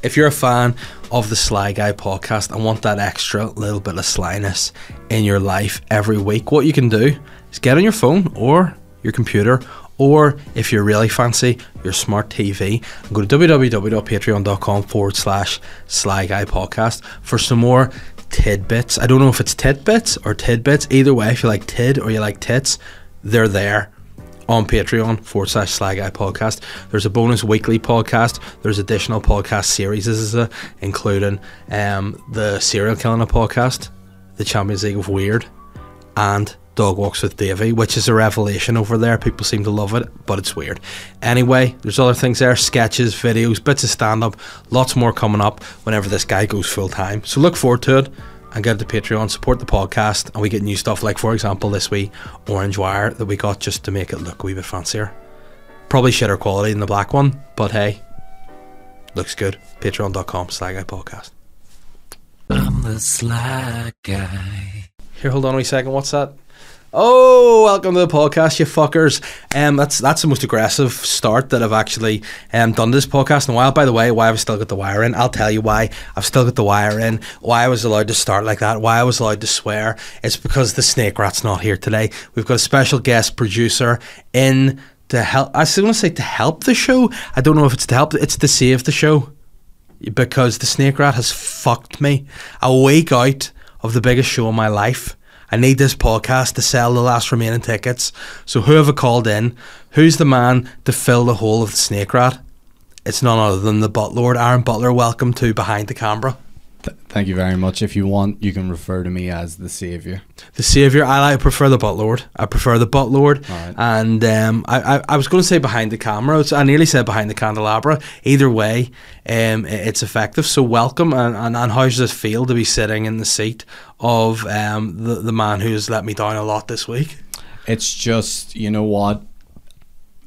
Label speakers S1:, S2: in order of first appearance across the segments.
S1: If you're a fan of the Sly Guy podcast and want that extra little bit of slyness in your life every week, what you can do is get on your phone or your computer, or if you're really fancy, your smart TV, and go to www.patreon.com forward slash Sly Guy podcast for some more tidbits. I don't know if it's tidbits or tidbits. Either way, if you like tid or you like tits, they're there on Patreon forward slash Sly Guy Podcast. There's a bonus weekly podcast. There's additional podcast series, this is a, including um, the Serial Killing podcast, the Champions League of Weird, and Dog Walks with Davey, which is a revelation over there. People seem to love it, but it's weird. Anyway, there's other things there sketches, videos, bits of stand up, lots more coming up whenever this guy goes full time. So look forward to it and get to Patreon, support the podcast, and we get new stuff like, for example, this wee orange wire that we got just to make it look a wee bit fancier. Probably shitter quality than the black one, but hey, looks good. Patreon.com, Slag Eye Podcast.
S2: I'm the slack guy.
S1: Here, hold on a wee second. What's that? Oh, welcome to the podcast, you fuckers. Um, that's that's the most aggressive start that I've actually um, done this podcast in a while. By the way, why I've still got the wire in, I'll tell you why I've still got the wire in. Why I was allowed to start like that. Why I was allowed to swear. It's because the snake rat's not here today. We've got a special guest producer in to help. I was going to say to help the show. I don't know if it's to help. It's to save the show because the snake rat has fucked me. I wake out of the biggest show of my life. I need this podcast to sell the last remaining tickets. So whoever called in, who's the man to fill the hole of the snake rat? It's none other than the Butler, Aaron Butler. Welcome to Behind the Camera.
S3: Th- thank you very much. If you want, you can refer to me as the savior.
S1: The Savior. I like prefer the Butlord. I prefer the Butlord.
S3: Alright.
S1: And um, I, I, I was going to say behind the camera. It's- I nearly said behind the candelabra. Either way, um, i- it's effective. So welcome. And, and, and how does it feel to be sitting in the seat of um, the, the man who's let me down a lot this week?
S3: It's just you know what,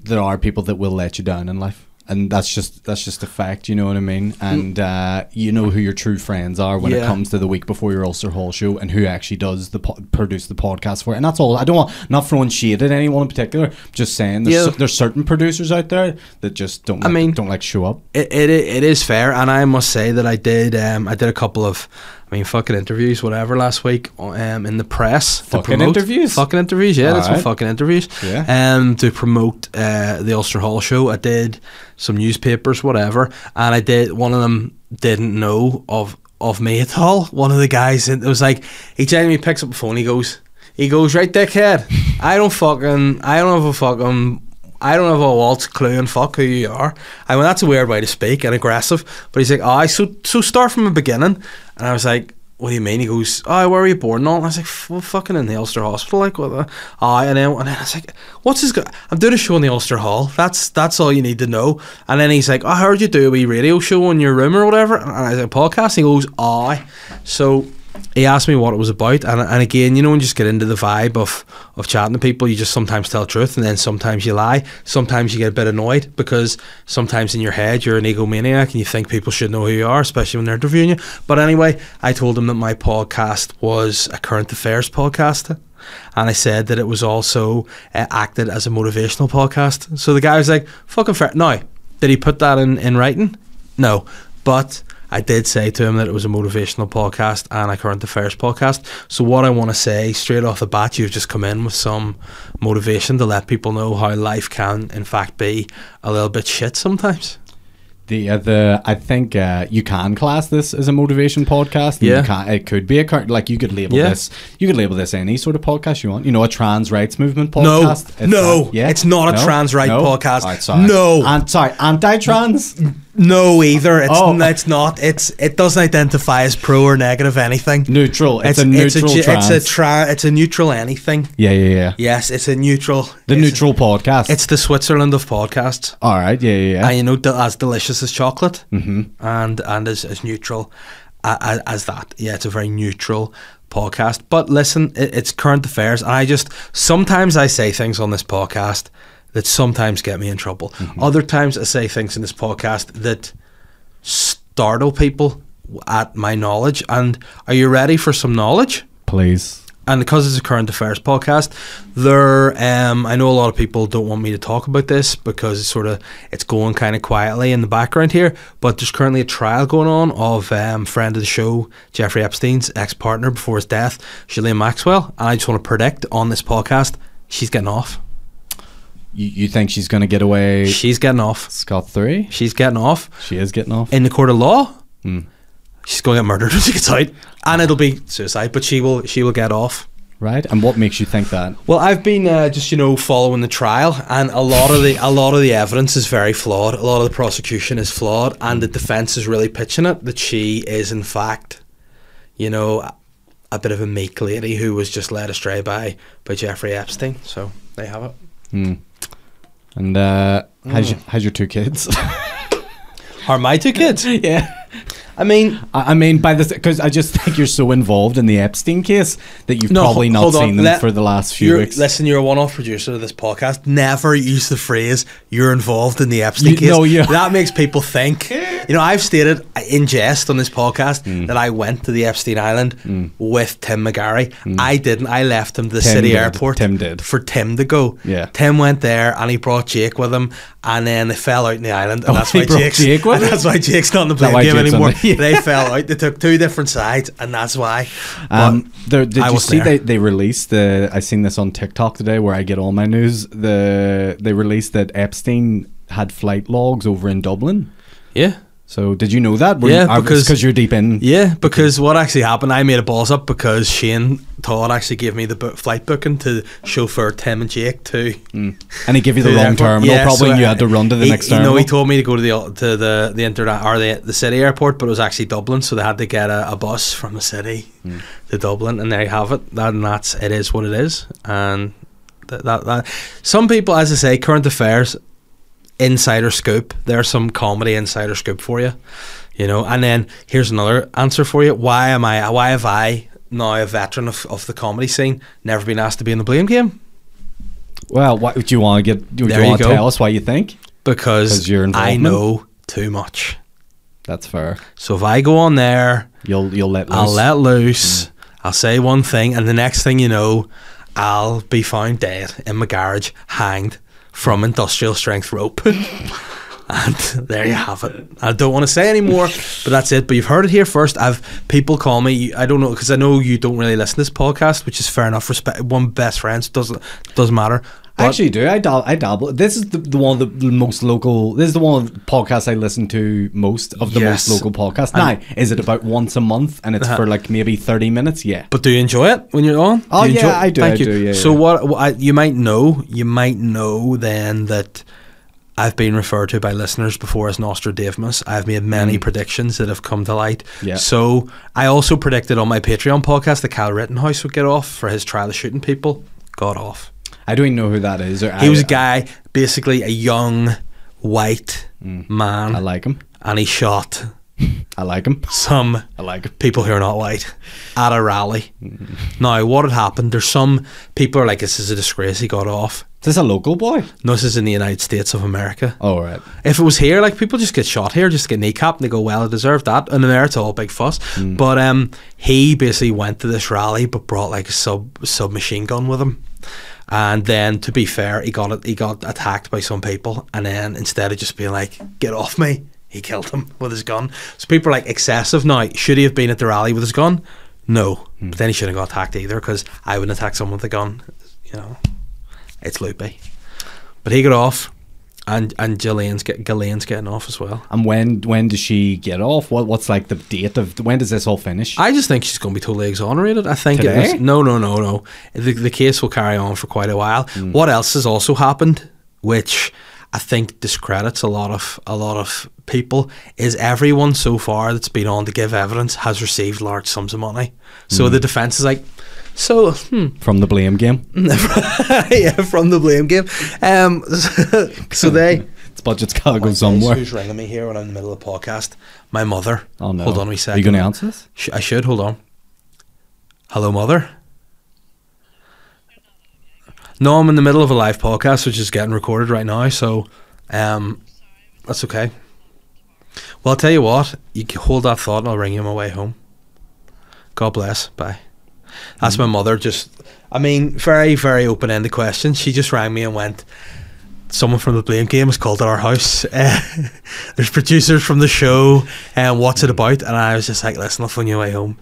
S3: there are people that will let you down in life, and that's just that's just a fact. You know what I mean? And uh, you know who your true friends are when
S1: Mm. Yeah.
S3: it comes to the week before your Ulster Hall show, and who actually does the po- produce the podcast for it. And that's all. I don't want not throwing shade at anyone in particular. Just saying, there's,
S1: Yeah.
S3: cer- there's certain producers out there that just don't.
S1: I
S3: like-
S1: mean-
S3: don't like show up.
S1: it, it it is fair, and I must say that I did um, I did a couple of I mean fucking interviews whatever last week um, in the press to
S3: Fucking
S1: promote-
S3: interviews?
S1: fucking interviews yeah that's what
S3: Alright.
S1: fucking interviews
S3: Yeah.
S1: um to promote uh, the Ulster Hall show I did some newspapers whatever and I did one of them didn't know of of me at all one of the guys it was like he genuinely picks up the phone he goes he goes right dickhead I don't fucking I don't have a fucking I don't have a waltz clue and fuck who you are. I mean, that's a weird way to speak and aggressive. But he's like, aye, so, so start from the beginning. And I was like, what do you mean? He goes, aye, where were you born and all? And I was like, "F- well, fucking in the Ulster Hospital. Like, what the? Aye, and then, and then I was like, what's his, go- I'm doing a show in the Ulster Hall. That's that's all you need to know. And then he's like, I heard you do a wee radio show in your room or whatever. And I was like, podcast? he goes, aye. So he asked me what it was about, and, and again, you know, when you just get into the vibe of, of chatting to people, you just sometimes tell truth, and then sometimes you lie. Sometimes you get a bit annoyed because sometimes in your head you're an egomaniac and you think people should know who you are, especially when they're interviewing you. But anyway, I told him that my podcast was a current affairs podcast, and I said that it was also uh, acted as a motivational podcast. So the guy was like, "Fucking fair." Now, did he put that in in writing? No, but I did say to him that it was a motivational podcast and a current affairs podcast. So what I want to say straight off the bat, you've just come in with some motivation to let people know how life can, in fact, be a little bit shit sometimes.
S3: The other, I think uh, you can class this as a motivation podcast. and
S1: Yeah.
S3: you can, it could be a cur- like you could label
S1: Yeah.
S3: this. You could label this any sort of podcast you want. You know, a trans rights movement
S1: No.
S3: podcast.
S1: No.
S3: that.
S1: It's not a trans right podcast. No.
S3: and sorry, anti-trans.
S1: No, either it's
S3: Oh.
S1: it's not. It's it doesn't identify as pro or negative anything.
S3: neutral. It's, a
S1: it's
S3: neutral
S1: ge-
S3: trans.
S1: It's a tra- It's a neutral anything.
S3: yeah, yeah, yeah.
S1: Yes, it's a neutral.
S3: The
S1: it's-
S3: neutral podcast.
S1: It's the Switzerland of podcasts.
S3: all right. Yeah, yeah, yeah.
S1: and you know del- as delicious as chocolate and and as, as neutral as, as that yeah it's a very neutral podcast but listen it, it's current affairs and i just sometimes i say things on this podcast that sometimes get me in trouble other times i say things in this podcast that startle people at my knowledge and are you ready for some knowledge
S3: Please.
S1: and because it's a current affairs podcast, there. Um, I know a lot of people don't want me to talk about this because it's sort of it's going kind of quietly in the background here. But there's currently a trial going on of um, friend of the show Jeffrey Epstein's ex partner before his death, Ghislaine Maxwell. And I just want to predict on this podcast, she's getting off.
S3: You, you think she's going to get away?
S1: She's getting off.
S3: Scott three.
S1: She's getting off
S3: She is getting off.
S1: in the court of law.
S3: Mm.
S1: She's going to get murdered when she gets out, and it'll be suicide. But she will. She will get off.
S3: Right. And what makes you think that?
S1: Well, I've been uh, just you know following the trial, and a lot of the a lot of the evidence is very flawed. A lot of the prosecution is flawed, and the defense is really pitching it that she is in fact, you know, a- a bit of a meek lady who was just led astray by by Jeffrey Epstein. So they have it.
S3: Mm. And uh, how's,
S1: Mm.
S3: your, how's your two kids?
S1: Are my two kids?
S3: yeah.
S1: I mean,
S3: I I mean, by this, because I just think you're so involved in the Epstein case that you've
S1: No,
S3: probably
S1: ho-
S3: not
S1: hold on,
S3: seen them
S1: let-
S3: for the last few
S1: you're,
S3: weeks.
S1: listen, you're a one-off producer of this podcast. Never use the phrase "you're involved in the Epstein
S3: You-
S1: case."
S3: no, you-
S1: That makes people think. You know, I've stated in jest on this podcast
S3: Mm.
S1: that I went to the Epstein Island with Tim McGarry. I didn't. I left him to the
S3: Mm. Tim
S1: city
S3: did.
S1: airport.
S3: Tim did.
S1: for Tim to go.
S3: Yeah.
S1: Tim went there and he brought Jake with him, and then they fell out in the island, and
S3: Oh,
S1: that's
S3: he
S1: why
S3: brought
S1: Jake's
S3: Jake with
S1: and
S3: him?
S1: that's why Jake's not in the
S3: that
S1: playing
S3: why
S1: game
S3: Jake's on
S1: anymore.
S3: the-
S1: They fell out. They took two different sides, and that's why.
S3: Um,
S1: But-
S3: there, did
S1: I
S3: you
S1: wasn't
S3: see
S1: there.
S3: they, they released the? I seen this on TikTok today, where I get all my news. The they released that Epstein had flight logs over in Dublin.
S1: yeah.
S3: So did you know that?
S1: Yeah, because-
S3: because you're deep in.
S1: Yeah, because what actually happened, I made a balls up because Shane Todd actually gave me the book, flight booking to chauffeur Tim and Jake to.
S3: and he gave you the
S1: to
S3: long
S1: airport.
S3: terminal.
S1: Yeah,
S3: probably
S1: so,
S3: and you
S1: uh,
S3: had to run to the
S1: he,
S3: next
S1: You know,
S3: terminal.
S1: he told me to go to the to the the internet or the the city airport, but it was actually Dublin, so they had to get a, a bus from the city
S3: Hmm.
S1: to Dublin, and there you have it. That and that's it is what it is, and that that, that. some people, as I say, current affairs. Insider scoop. There's some comedy insider scoop for you, you know. And then here's another answer for you. Why am I? Why have I now a veteran of, of the comedy scene? Never been asked to be in the blame game
S3: well, what, do you want to get? Do
S1: There
S3: you
S1: you
S3: want to
S1: go.
S3: tell us what you think?
S1: because
S3: 'Cause your
S1: I
S3: involvement?
S1: know too much.
S3: That's fair.
S1: So if I go on there,
S3: You'll you'll let loose.
S1: I'll let
S3: Mm.
S1: loose, I'll say one thing, and the next thing you know, I'll be found dead in my garage, hanged from industrial strength rope. and there you have it. I don't want to say any more, but that's it. But you've heard it here first. I've people call me. I don't know because I know you don't really listen to this podcast, which is fair enough. Respect one best friends doesn't doesn't matter.
S3: I
S1: But
S3: actually do. I dabble. I dabble. This is the, the one of the most local. This is the one of the podcasts I listen to most of the
S1: Yes. Uh-huh.
S3: most local podcasts. Now, is it about once a month and it's for like maybe thirty minutes? Yeah.
S1: But do you enjoy it when you're on?
S3: Oh,
S1: you
S3: yeah,
S1: enjoy-
S3: I do,
S1: Thank
S3: I
S1: you.
S3: do, yeah,
S1: so
S3: yeah.
S1: what? what I, you might know, you might know then that I've been referred to by listeners before as Nostradamus. I've made many predictions that have come to light.
S3: Mm. Yeah.
S1: So I also predicted on my Patreon podcast that Kyle Rittenhouse would get off for his trial of shooting people. Got off.
S3: I don't even know who that is. Or
S1: He
S3: I, uh,
S1: was a guy, basically a young white man,
S3: Mm. I like him.
S1: and he shot
S3: I like him.
S1: some
S3: I like him.
S1: people who are not white at a rally. Now, what had happened? There's some people are like, "This is a disgrace. He got off."
S3: Is this a local boy?
S1: No, this is in the United States of America.
S3: All right.
S1: If it was here, like people just get shot here, just get kneecapped, and they go, "Well, I deserved that." And there, it's all big fuss. But um, he basically went to this rally, but brought like a sub submachine gun with him. And then, to be fair, he got it. He got attacked by some people, and then instead of just being like, "Get off me," he killed him with his gun. So people are like excessive now. Should he have been at the rally with his gun? No, but then he shouldn't have got attacked either because I wouldn't attack someone with a gun. You know, it's loopy. But he got off, and and Gillian's get Gillian's getting off as well.
S3: And when when does she get off? What what's like the date of when does this all finish?
S1: I just think she's going to be totally exonerated. I think it
S3: Today?
S1: was, no, no, no, no. The, the case will carry on for quite a while. What else has also happened, which I think discredits a lot of a lot of people, is everyone so far that's been on to give evidence has received large sums of money. So the defense is like, so hmm,
S3: From the blame game.
S1: yeah, from the blame game. Um, so they.
S3: Its budget's gotta go
S1: Wait,
S3: somewhere.
S1: Who's ringing me here when I'm in the middle of the podcast? My mother.
S3: Oh no.
S1: Hold on a wee second.
S3: Are you gonna answer this?
S1: Sh- I should hold on. Hello, mother. No, I'm in the middle of a live podcast, which is getting recorded right now. So, um, that's okay. Well, I'll tell you what. You can hold that thought, and I'll ring you on my way home. God bless. Bye.
S3: Mm.
S1: That's my mother. Just, I mean, very, very open ended question. She just rang me and went, Someone from the Blame Game has called at our house. Uh, there's producers from the show, and what's it about? And I was just like, Listen, I'll phone you on the way home.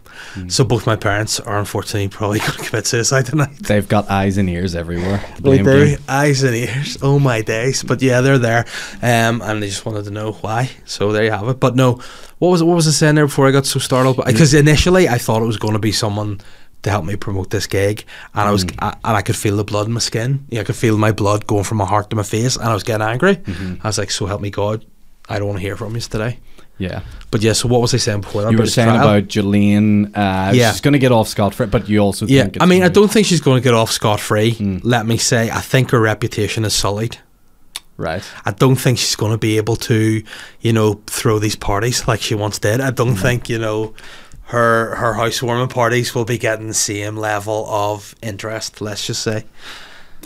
S1: So both my parents are unfortunately probably going to commit suicide tonight.
S3: They've got eyes and ears everywhere. the
S1: They
S3: blame
S1: do.
S3: game.
S1: Eyes and ears. Oh my days. But yeah, they're there. Um, and they just wanted to know why. So there you have it. But no, what was what was I saying there before I got so startled? Because initially I thought it was going to be someone to help me promote this gig, and I was
S3: Mm.
S1: I, and I could feel the blood in my skin. Yeah, I could feel my blood going from my heart to my face, and I was getting angry.
S3: Mm-hmm.
S1: I was like, "So help me God, I don't want to hear from you today."
S3: Yeah.
S1: But yeah, so what was I saying before? that
S3: You were
S1: the
S3: saying
S1: trial?
S3: about Jolene. Uh,
S1: Yeah.
S3: She's going to get off scot free, but you also
S1: Yeah,
S3: think it's
S1: I mean, I
S3: gonna-
S1: don't think she's going to get off scot free.
S3: Mm.
S1: Let me say, I think her reputation is sullied.
S3: Right.
S1: I don't think she's going to be able to, you know, throw these parties like she once did. I don't think, you know, her her housewarming parties will be getting the same level of interest. Let's just say.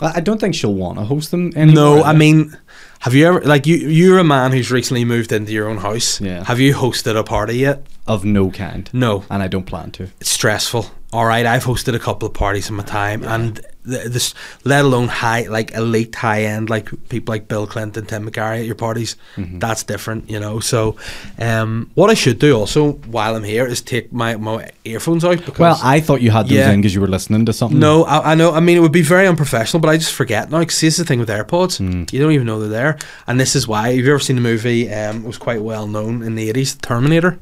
S3: I I don't think she'll want to host them anymore.
S1: no, I mean, have you ever like you you're a man who's recently moved into your own house?
S3: Yeah.
S1: Have you hosted a party yet?
S3: Of no kind.
S1: No.
S3: And I don't plan to.
S1: It's stressful. All right, I've hosted a couple of parties in my time, and th- this, let alone high, like elite, high end, like people like Bill Clinton, Tim McGarry at your parties,
S3: Mm-hmm.
S1: that's different, you know. So, um, what I should do also while I'm here is take my, my earphones out because
S3: Well, I thought you had those in 'cause
S1: Yeah.
S3: in because you were listening to something.
S1: no, I, I know. I mean, it would be very unprofessional, but I just forget now. Because here's the thing with AirPods,
S3: Hmm.
S1: you don't even know they're there, and this is why. Have you ever seen the movie? Um, it was quite well known in the '80s, Terminator.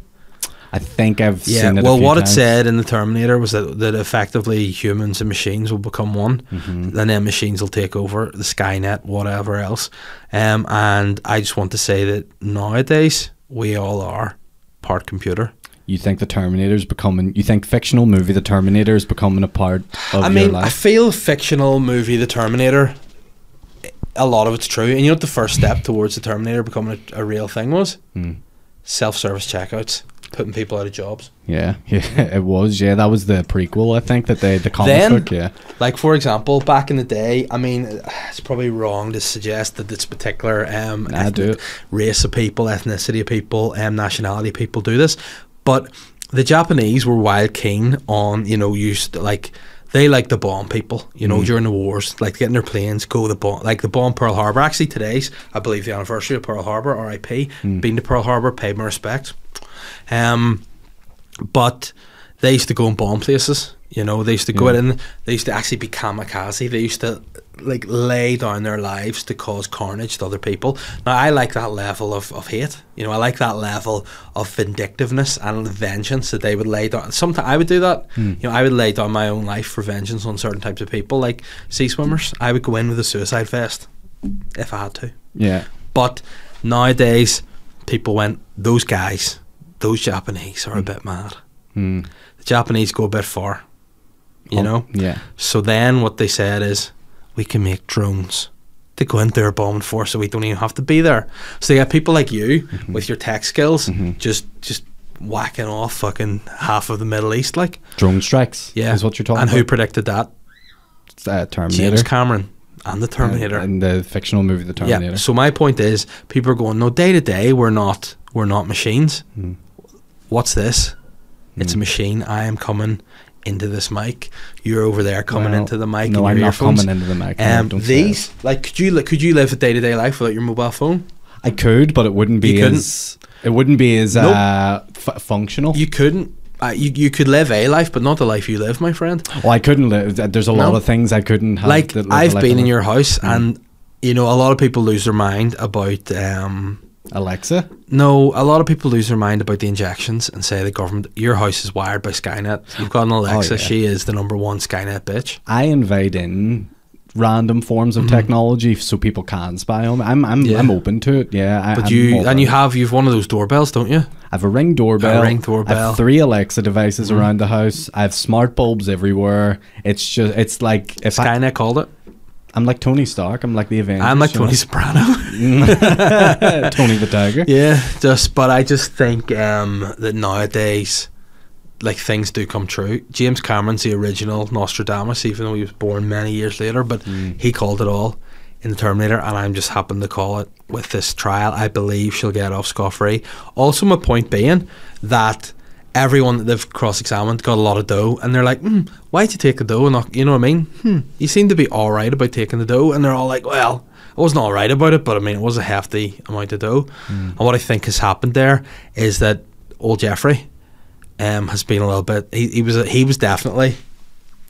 S3: I think I've
S1: Yeah,
S3: seen it. a
S1: well,
S3: few
S1: what
S3: times.
S1: it said in the Terminator was that, that effectively humans and machines will become one,
S3: Mm-hmm.
S1: and then uh, machines will take over the Skynet, whatever else. Um, and I just want to say that nowadays we all are part computer.
S3: You think the Terminator's becoming. You think fictional movie The Terminator is becoming a part of
S1: I
S3: your
S1: mean, I
S3: life?
S1: feel fictional movie The Terminator. A lot of it's true, and you know what the first step towards the Terminator becoming a, a real thing was
S3: Hmm.
S1: self-service checkouts, putting people out of jobs.
S3: Yeah, yeah, it was. Yeah, that was the prequel. I think that they the comic
S1: Then-
S3: book. Yeah,
S1: Like for example, back in the day, I mean, it's probably wrong to suggest that this particular um,
S3: Nah, do it.
S1: race of people, ethnicity of people, um, nationality of people do this, but the Japanese were wild keen on you know used like they like to bomb people you
S3: Mm.
S1: know during the wars like getting their planes go the bomb like the bomb Pearl Harbor actually today's I believe the anniversary of Pearl Harbor R.I.P.
S3: Mm.
S1: Been to Pearl Harbor, paid my respects. Um, but they used to go and bomb places. You know, they used to go
S3: Yeah.
S1: in. They used to actually be kamikaze. They used to like lay down their lives to cause carnage to other people. Now, I like that level of, of hate. You know, I like that level of vindictiveness and vengeance that they would lay down. Sometimes I would do that. You know, I would lay down my own life for vengeance on certain types of people, like sea swimmers. I would go in with a suicide vest if I had to.
S3: yeah.
S1: But nowadays, people went, those guys, those Japanese
S3: Hmm.
S1: are a bit mad.
S3: Mm.
S1: The Japanese go a bit far, you
S3: Oh,
S1: know?
S3: Yeah,
S1: So then what they said is, we can make drones. They go into our bombing force, so we don't even have to be there. So they got people like you
S3: Mm-hmm.
S1: with your tech skills, just just whacking off fucking half of the Middle East, like
S3: drone strikes.
S1: yeah.
S3: is what you're talking
S1: And
S3: about.
S1: who predicted that?
S3: It's, uh, Terminator.
S1: James Cameron and the Terminator.
S3: And the fictional movie The Terminator.
S1: Yeah. So my point is, people are going, no, day to day, we're not, we're not machines.
S3: Hmm.
S1: What's this? It's a machine. I am coming into this mic. You're over there coming
S3: Well,
S1: into the mic.
S3: No,
S1: in your
S3: I'm not
S1: earphones.
S3: coming into the mic. no,
S1: Um,
S3: don't say
S1: these, like, could you li- could you live a day to day life without your mobile phone?
S3: it. I could, but it wouldn't be
S1: You couldn't?
S3: as it wouldn't be as
S1: Nope.
S3: uh, f- functional.
S1: You couldn't. Uh, you you could live a life, but not the life you live, my friend.
S3: well, I couldn't live. There's a lot
S1: No.
S3: of things I couldn't have.
S1: like
S3: that live Hmm. a
S1: I've
S3: life
S1: been in
S3: without.
S1: your house, and you know, a lot of people lose their mind about. Um,
S3: Alexa.
S1: No, a lot of people lose their mind about the injections and say the government, your house is wired by Skynet. You've got an Alexa,
S3: Oh, yeah.
S1: she is the number one Skynet bitch.
S3: I invade in random forms of technology so people can spy on me. I'm I'm,
S1: Mm-hmm. Yeah.
S3: I'm open to it. Yeah, I,
S1: But
S3: I'm
S1: you,
S3: all
S1: and you
S3: for it.
S1: have, you've one of those doorbells, don't you?
S3: I have a ring doorbell.
S1: A Ring
S3: I
S1: doorbell. Mm-hmm.
S3: have three Alexa devices around the house. I have smart bulbs everywhere. It's just it's like if I,
S1: Skynet called it.
S3: I'm like Tony Stark. I'm like the Avengers.
S1: I'm like
S3: you know?
S1: Tony Soprano.
S3: Tony the Tiger.
S1: yeah, just, but I just think um, that nowadays, like things do come true. James Cameron's the original Nostradamus, even though he was born many years later, but he called it all in the Terminator, and I'm just happen to call it with this trial. I believe she'll get off scot free. Also, my point being that everyone that they've cross-examined got a lot of dough, and they're like, hmm, "Why'd you take the dough?" And not, you know what I mean? Hmm, you seem to be all right about taking the dough, and they're all like, "Well, I wasn't all right about it, but I mean, it was a hefty amount of dough." And what I think has happened there is that old Jeffrey um, has been a little bit. He, he was a, he was definitely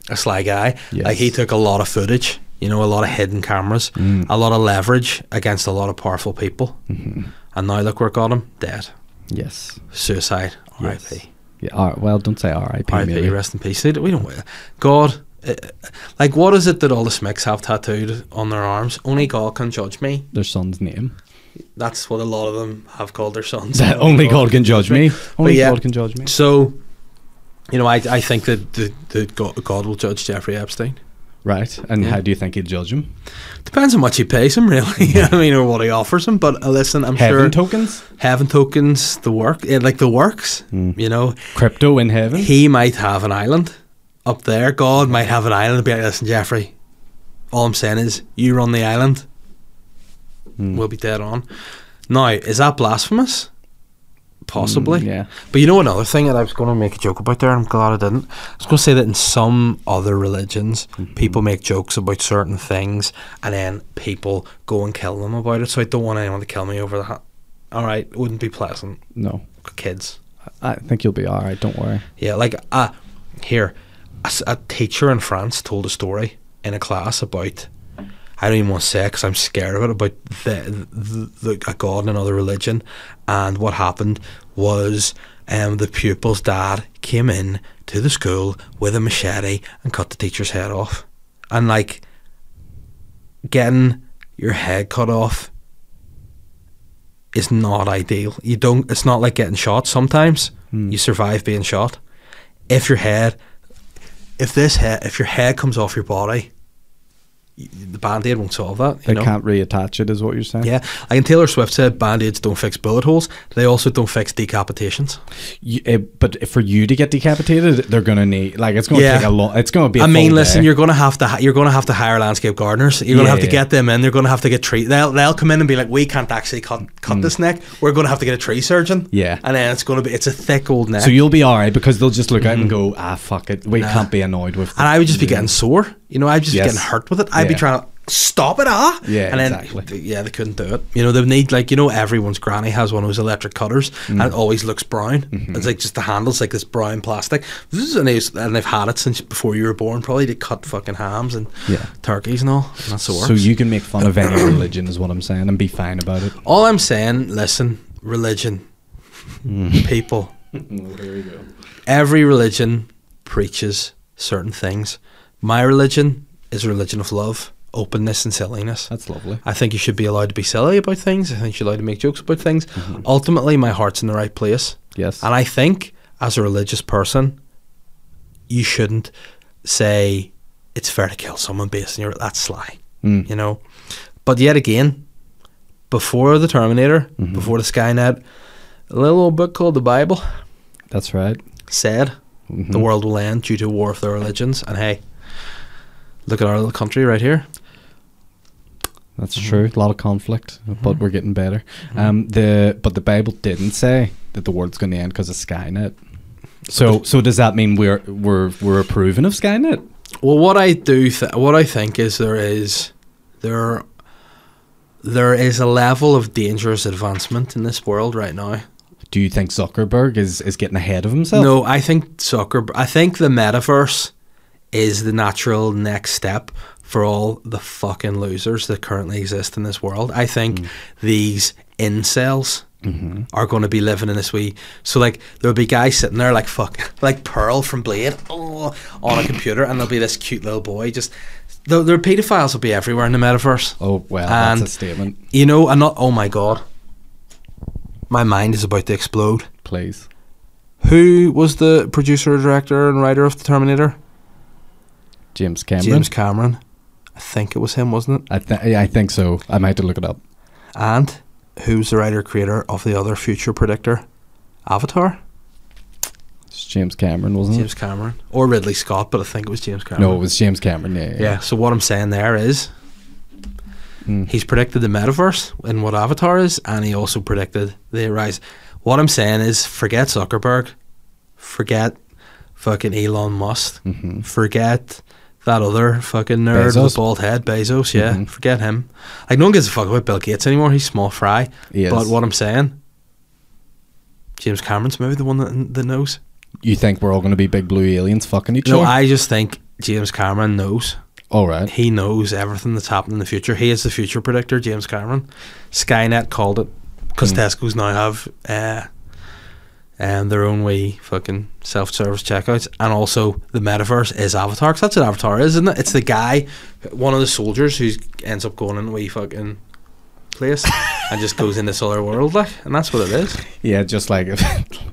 S1: a sly guy.
S3: Yes. Mm.
S1: Like he took a lot of footage. You know, a lot of hidden cameras, a lot of leverage against a lot of powerful people. And now look where it got him dead.
S3: Mm-hmm. Yes.
S1: Suicide. R.I.P.
S3: Yes. Yeah. all right, well, don't say R.I.P.
S1: R.I.P.
S3: maybe.
S1: Rest in peace. They, we don't. God, uh, like, what is it that all the Smicks have tattooed on their arms? Only God can judge me.
S3: Their son's name.
S1: That's what a lot of them have called their sons.
S3: That only God can judge me. Only
S1: yeah.
S3: God can judge me.
S1: So, you know, I, I think that, that, that God, God will judge Jeffrey Epstein.
S3: Right. And
S1: Yeah.
S3: how do you think he'd judge him?
S1: Depends on what he pays him, really. I mean, or what he offers him. But uh, listen, I'm sure
S3: Heaven tokens? Mm.
S1: heaven tokens, the work, eh, like the works. You know,
S3: Crypto in heaven?
S1: he might have an island up there. God might have an island and be like, listen, Jeffrey, all I'm saying is you run the island.
S3: Mm.
S1: We'll be dead on. Now, is that blasphemous? Possibly.
S3: Mm, yeah.
S1: But you know another thing that I was going to make a joke about there, I'm glad I didn't. I was going to say that in some other religions, people make jokes about certain things and then people go and kill them about it. So I don't want anyone to kill me over that. All right, wouldn't be pleasant.
S3: No.
S1: Kids.
S3: I think you'll be all right. Don't worry.
S1: Yeah, like uh, here, a, s- a teacher in France told a story in a class about. I don't even want to say because I'm scared of it about the, the, the a god and another religion, and what happened was um, the pupil's dad came in to the school with a machete and cut the teacher's head off, and like getting your head cut off is not ideal. You don't. It's not like getting shot. Sometimes you survive being shot. If your head, if this head, if your head comes off your body, y- the band aid won't solve that. You
S3: They
S1: know.
S3: can't reattach it, is what you're saying?
S1: Yeah, like and Taylor Swift said, band aids don't fix bullet holes. They also don't fix decapitations.
S3: You, eh, but for you to get decapitated, they're gonna need like it's gonna
S1: Yeah.
S3: take a long. It's gonna be. I
S1: I mean, listen, you're gonna have to hi- you're gonna have to hire landscape gardeners. You're gonna
S3: Yeah,
S1: have to
S3: yeah.
S1: get them in. They're gonna have to get tree. They'll they'll come in and be like, we can't actually cut cut this neck. We're gonna have to get a tree surgeon.
S3: Mm. Yeah.
S1: and then it's gonna be it's a thick old neck.
S3: so you'll be all right because they'll just look out and
S1: Mm-hmm.
S3: go, ah, fuck it, we can't be annoyed with.
S1: and I would just be getting sore. You know, I'd just
S3: Mm-hmm. Yes.
S1: be getting hurt with it. I'd be
S3: Yeah.
S1: trying to stop it, ah.
S3: Yeah,
S1: and then,
S3: exactly.
S1: th- yeah, they couldn't do it. You know, they need like you know everyone's granny has one of those electric cutters,
S3: Mm.
S1: and it always looks brown.
S3: Mm-hmm.
S1: It's like just the handles like this brown plastic, Zzz, and, it's- and they've had it since before you were born, probably to cut fucking hams and
S3: Yeah.
S1: turkeys and all. And that's the works.
S3: so you can make fun of any religion, is what I'm saying, and be fine about it.
S1: all I'm saying, listen, religion, people,
S3: Hmm. There you go.
S1: every religion preaches certain things. My religion is a religion of love, openness, and silliness.
S3: That's lovely.
S1: I think you should be allowed to be silly about things. I think you're allowed to make jokes about things.
S3: Mm-hmm.
S1: Ultimately, my heart's in the right place.
S3: Yes.
S1: And I think, as a religious person, you shouldn't say it's fair to kill someone based on your. That's sly,
S3: Mm.
S1: you know? But yet again, before the Terminator, before the Skynet, a little old book called the Bible
S3: That's right.
S1: said the
S3: Mhm.
S1: world will end due to war of the religions. And hey, look at our little country right here.
S3: That's true. A lot of conflict,
S1: Mm-hmm.
S3: but we're getting better. Um, the but the Bible didn't say that the world's going to end because of Skynet. So so does that mean we're we're we're approving of Skynet?
S1: Well, what I do, th- what I think is there is there there is a level of dangerous advancement in this world right now.
S3: Do you think Zuckerberg is is getting ahead of himself?
S1: No, I think Zuckerberg. I think the metaverse is the natural next step for all the fucking losers that currently exist in this world. I think these incels
S3: Mm-hmm.
S1: are going to be living in this wee. So like there'll be guys sitting there like fuck, like Pearl from Blade, oh, on a computer, and there'll be this cute little boy just. The, the pedophiles will be everywhere in the metaverse.
S3: Oh well,
S1: And-
S3: that's a statement.
S1: You know, and not. Oh my god, my mind is about to explode.
S3: Please.
S1: Who was the producer, director, and writer of the Terminator?
S3: James Cameron.
S1: James Cameron. I think it was him, wasn't it?
S3: I, th- yeah, I think so. I might have to look it up.
S1: And who was the writer creator of the other future predictor? Avatar?
S3: It's James Cameron, wasn't
S1: James Cameron. Or Ridley Scott, but I think it was James
S3: it? No, it
S1: Cameron.
S3: was James Cameron. Yeah, yeah.
S1: Yeah, so what I'm saying there is
S3: Mm.
S1: he's predicted the metaverse and what Avatar is, and he also predicted the rise. What I'm saying is forget Zuckerberg, forget fucking Elon Musk.
S3: hmm
S1: Forget that other fucking nerd with
S3: Bezos?
S1: the bald head, Bezos. Yeah,
S3: Mhm.
S1: forget him. Like no one gives a fuck about Bill Gates anymore. He's small fry.
S3: He is.
S1: But what I'm saying, James Cameron's maybe the one that, that knows.
S3: you think we're all going to be big blue aliens fucking each
S1: No,
S3: other?
S1: I just think James Cameron knows.
S3: all right.
S1: He knows everything that's happening in the future. He is the future predictor, James Cameron. Skynet called it because
S3: Hmm.
S1: Tesco's now have uh, um, their own wee fucking self service checkouts. And also, the metaverse is Avatar 'cause that's what Avatar is, isn't it? It's the guy, one of the soldiers who ends up going in a wee fucking place and just goes in this other world, like, and that's what it is.
S3: Yeah, just like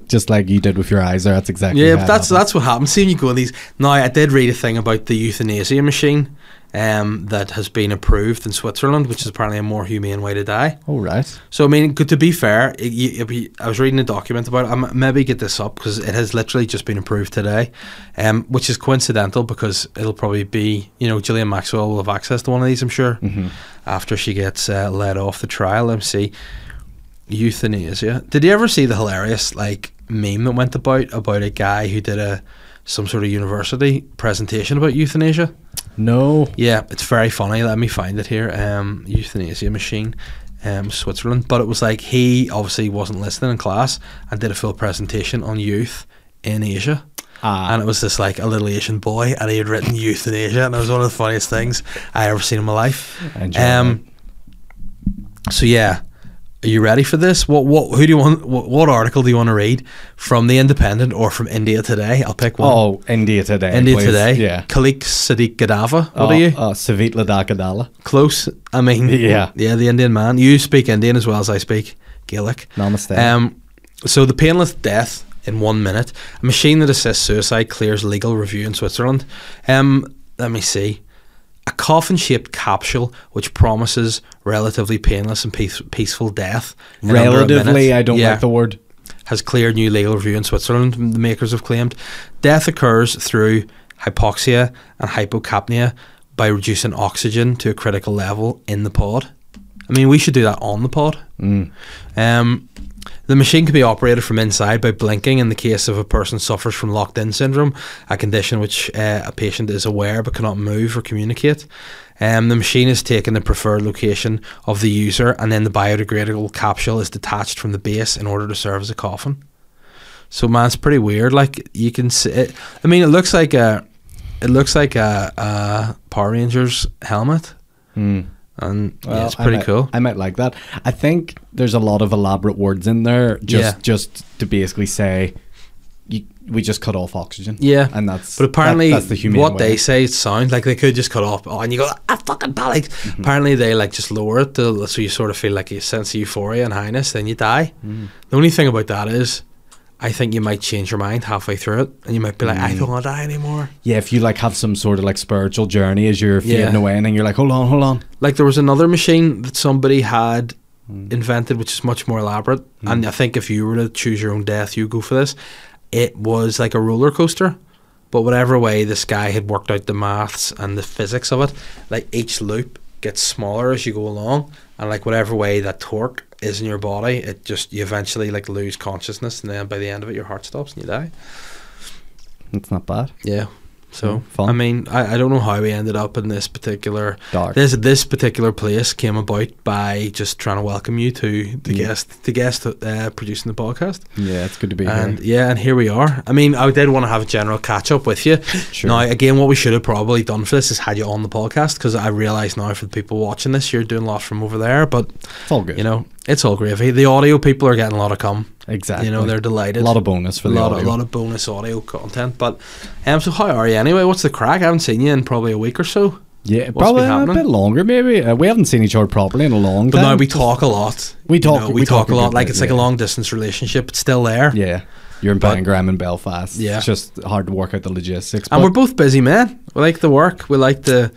S3: just like you did with your eyes. There, that's exactly.
S1: Yeah,
S3: how
S1: but
S3: it
S1: that's
S3: happens.
S1: that's what happens. Seeing you go on these. Now, I did read a thing about the euthanasia machine um, that has been approved in Switzerland, which is apparently a more humane way to die.
S3: all right.
S1: So, I mean, good to be fair, it, you, it, you- I was reading a document about it. I m- maybe get this up because it has literally just been approved today, um, which is coincidental because it'll probably be, you know, Gillian Maxwell will have access to one of these, I'm sure
S3: hmm
S1: after she gets uh, led off the trial. Let me see. Euthanasia. Did you ever see the hilarious like meme that went about about a guy who did a some sort of university presentation about euthanasia?
S3: No.
S1: Yeah, it's very funny. Let me find it here. Um, euthanasia machine, um, Switzerland. But it was like he obviously wasn't listening in class and did a full presentation on youth in Asia.
S3: Ah.
S1: And it was this like a little Asian boy, and he had written euthanasia, and it was one of the funniest things I ever seen in my life.
S3: I enjoy
S1: Um, so yeah, are you ready for this? What what who do you want? What, what article do you want to read from the Independent or from India Today? I'll pick
S3: that.
S1: one.
S3: Oh, India today.
S1: India
S3: please.
S1: Today.
S3: Yeah.
S1: Khalik Sadiq Gaddafi. What
S3: oh,
S1: are you?
S3: Uh, Savitla Dakadala.
S1: Close. I mean.
S3: Yeah.
S1: Yeah. The Indian man. You speak Indian as well as I speak Gaelic.
S3: Namaste.
S1: Um, so the painless death in one minute. A machine that assists suicide clears legal review in Switzerland. Um, let me see. A coffin-shaped capsule which promises relatively painless and peace- peaceful death. in under a
S3: Relatively,
S1: minute.
S3: I don't
S1: Yeah
S3: like the word.
S1: has cleared new legal review in Switzerland, m- the makers have claimed. Death occurs through hypoxia and hypocapnia by reducing oxygen to a critical level in the pod. I mean, we should do that on the pod.
S3: Mm.
S1: Um, the machine can be operated from inside by blinking in the case of a person suffers from locked in syndrome, a condition which uh, a patient is aware but cannot move or communicate. Um, the machine is taken the preferred location of the user, and then the biodegradable capsule is detached from the base in order to serve as a coffin. So, man, it's pretty weird. Like you can see it. I mean, it looks like a, it looks like a, a Power Rangers helmet,
S3: Mm.
S1: and yeah,
S3: Well,
S1: it's
S3: I
S1: pretty
S3: might-
S1: cool.
S3: I might like that. I think there's a lot of elaborate words in there, just
S1: Yeah.
S3: just to basically say, you, we just cut off oxygen.
S1: Yeah.
S3: and that's
S1: But apparently,
S3: that- that's the humane
S1: what
S3: way.
S1: they say it sounds like they could just cut off, oh, and you go, ah, fucking panic.
S3: Mm-hmm.
S1: Apparently, they like just lower it, to, so you sort of feel like a sense of euphoria and highness, then you die.
S3: Mm.
S1: The only thing about that is, I think you might change your mind halfway through it, and you might be like,
S3: Mm.
S1: I don't want to die anymore.
S3: Yeah, if you like have some sort of like spiritual journey as you're fading
S1: Yeah.
S3: away, and then you're like, hold on, hold on.
S1: Like there was another machine that somebody had
S3: Mm.
S1: invented, which is much more elaborate. And I think if you were to choose your own death, you go for this. It was like a roller coaster, but whatever way this guy had worked out the maths and the physics of it, like each loop gets smaller as you go along, and like whatever way that torque is in your body, it just you eventually like lose consciousness, and then by the end of it, your heart stops and you die.
S3: It's not bad.
S1: Yeah. So
S3: Mm, fun.
S1: I mean, I, I don't know how we ended up in this particular
S3: Dark.
S1: this this particular place came about by just trying to welcome you to the
S3: Yeah.
S1: guest the guest uh, producing the podcast
S3: yeah, it's good to be
S1: and
S3: here.
S1: yeah and here we are I mean I did want to have a general catch up with you
S3: Sure.
S1: now again what we should have probably done for this is had you on the podcast because I realise now for the people watching this you're doing a lot from over there but
S3: it's all good.
S1: you know it's all gravy the audio people are getting a lot of cum
S3: exactly.
S1: you know they're
S3: a
S1: delighted
S3: lot of bonus for
S1: a
S3: the
S1: lot, a
S3: audio.
S1: lot of bonus audio content. But um, so how are you anyway? What's the crack? I haven't seen you in probably a week or so.
S3: yeah,
S1: been
S3: probably a
S1: happening?
S3: bit longer. Maybe uh, we haven't seen each other properly in a long
S1: But
S3: time.
S1: now we talk a lot.
S3: We
S1: you
S3: talk-
S1: know,
S3: we
S1: we, talk,
S3: talk a
S1: a lot.
S3: good
S1: Like
S3: bit,
S1: it's like a
S3: yeah.
S1: long distance relationship. It's still there.
S3: Yeah, you're in
S1: But-
S3: Pangram in Belfast.
S1: Yeah.
S3: it's just hard to work out the logistics.
S1: And
S3: but-
S1: we're both busy men. We like the work. We like the,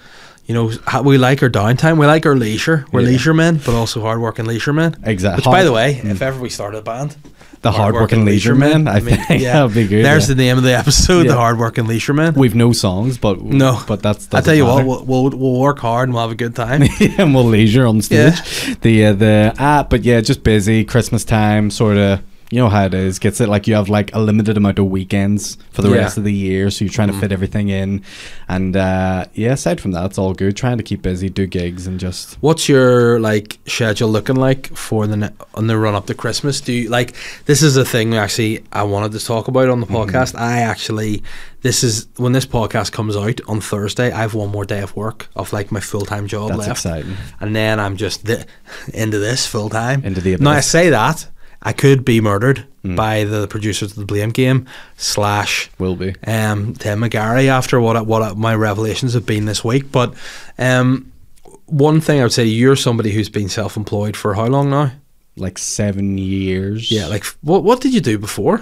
S1: you know, ha- we like our downtime. We like our leisure. We're
S3: Yeah.
S1: leisure men, but also hard-working leisure men.
S3: Exactly.
S1: Which, by the way, if ever we start a band,
S3: Mm. the hardworking leisure men. I think that would be good.
S1: There's the
S3: yeah.
S1: name of the episode,
S3: Yeah.
S1: the hardworking leisure men.
S3: We've no songs, but
S1: No.
S3: but that's.
S1: I
S3: doesn't
S1: tell you
S3: matter.
S1: what, we'll, we'll we'll work hard and we'll have a good time.
S3: and we'll leisure on stage. The uh, the ah, but yeah, just busy Christmas time, sort of you know how it is. Gets it like you have like a limited amount of weekends for the
S1: Yeah. Mm-hmm.
S3: rest of the year, so you're trying to fit everything in. And uh, yeah, aside from that, it's all good. Trying to keep busy, do gigs, and just
S1: What's your like schedule looking like for the ne- on the run up to Christmas? Do you like this is the thing actually I wanted to talk about on
S3: Mm-hmm.
S1: the podcast. I actually this is when this podcast comes out on Thursday. I have one more day of work of like my full time job
S3: that's
S1: left,
S3: exciting.
S1: and then I'm just th- into this full time.
S3: Into the
S1: Now I
S3: abyss. Mm.
S1: say that I could be murdered by the producers of the Blame Game slash
S3: Will be.
S1: um, Tim McGarry after what I- what I- my revelations have been this week. But um, one thing I would say, you're somebody who's been self-employed for how long now?
S3: like seven years.
S1: Yeah, like what what did you do before?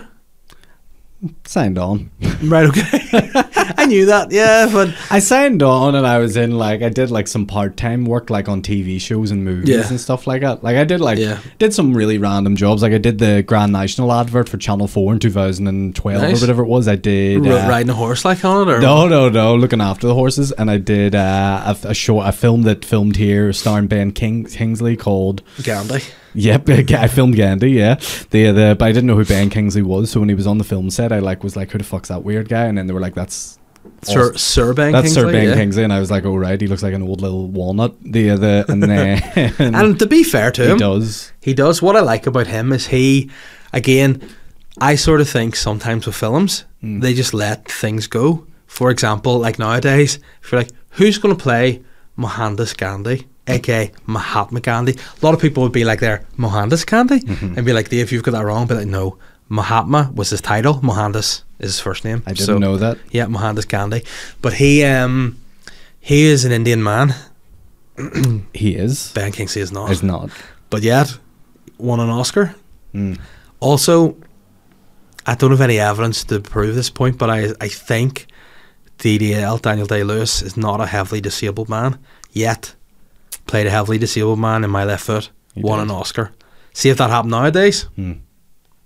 S3: signed on.
S1: Right, okay, I knew that. Yeah, but
S3: I signed on, and I was in like I did like some part time work, like on TV shows and movies
S1: Yeah.
S3: and stuff like that. Like I did like
S1: Yeah.
S3: did some really random jobs. Like I did the Grand National advert for Channel Four in 2012
S1: Nice.
S3: or whatever it was. I did
S1: ri-
S3: uh,
S1: riding a horse like on it, or
S3: No, no, no. Looking after the horses, and I did uh, a, a short, a film that filmed here, starring Ben King Kingsley, called
S1: Gandhi.
S3: Yep, I filmed Gandhi. Yeah, the the but I didn't know who Ben Kingsley was, so when he was on the film set, I like was like, who the fuck's that weird guy? And then they were like, that's
S1: Sir Sir Ben
S3: that's Sir
S1: Kingsley,
S3: Ben
S1: yeah.
S3: Kingsley, and I was like, "Oh right, he looks like an old little walnut." The the and then
S1: And to be fair to
S3: he
S1: him,
S3: does.
S1: He does. What I like about him is he, again, I sort of think sometimes with films,
S3: Hmm.
S1: they just let things go. For example, like nowadays, if you're like, who's going to play Mohandas Gandhi, aka Mahatma Gandhi? A lot of people would be like, there, Mohandas Gandhi,
S3: Mm-hmm.
S1: and be like, Dave, you've got that wrong. But like, no, Mahatma was his title, Mohandas is his first name.
S3: I didn't
S1: So-
S3: know that.
S1: Yeah, Mohandas Gandhi. But he, um, he is an Indian man.
S3: He is.
S1: Ben Kingsley is not.
S3: Is not.
S1: But yet, won an Oscar. Hmm.
S3: Mm.
S1: Also, I don't have any evidence to prove this point, but I I think DDL Daniel Day Lewis is not a heavily disabled man yet. Played a heavily disabled man in my left foot,
S3: He
S1: won an
S3: did.
S1: Oscar. See if that happened nowadays.
S3: Hmm.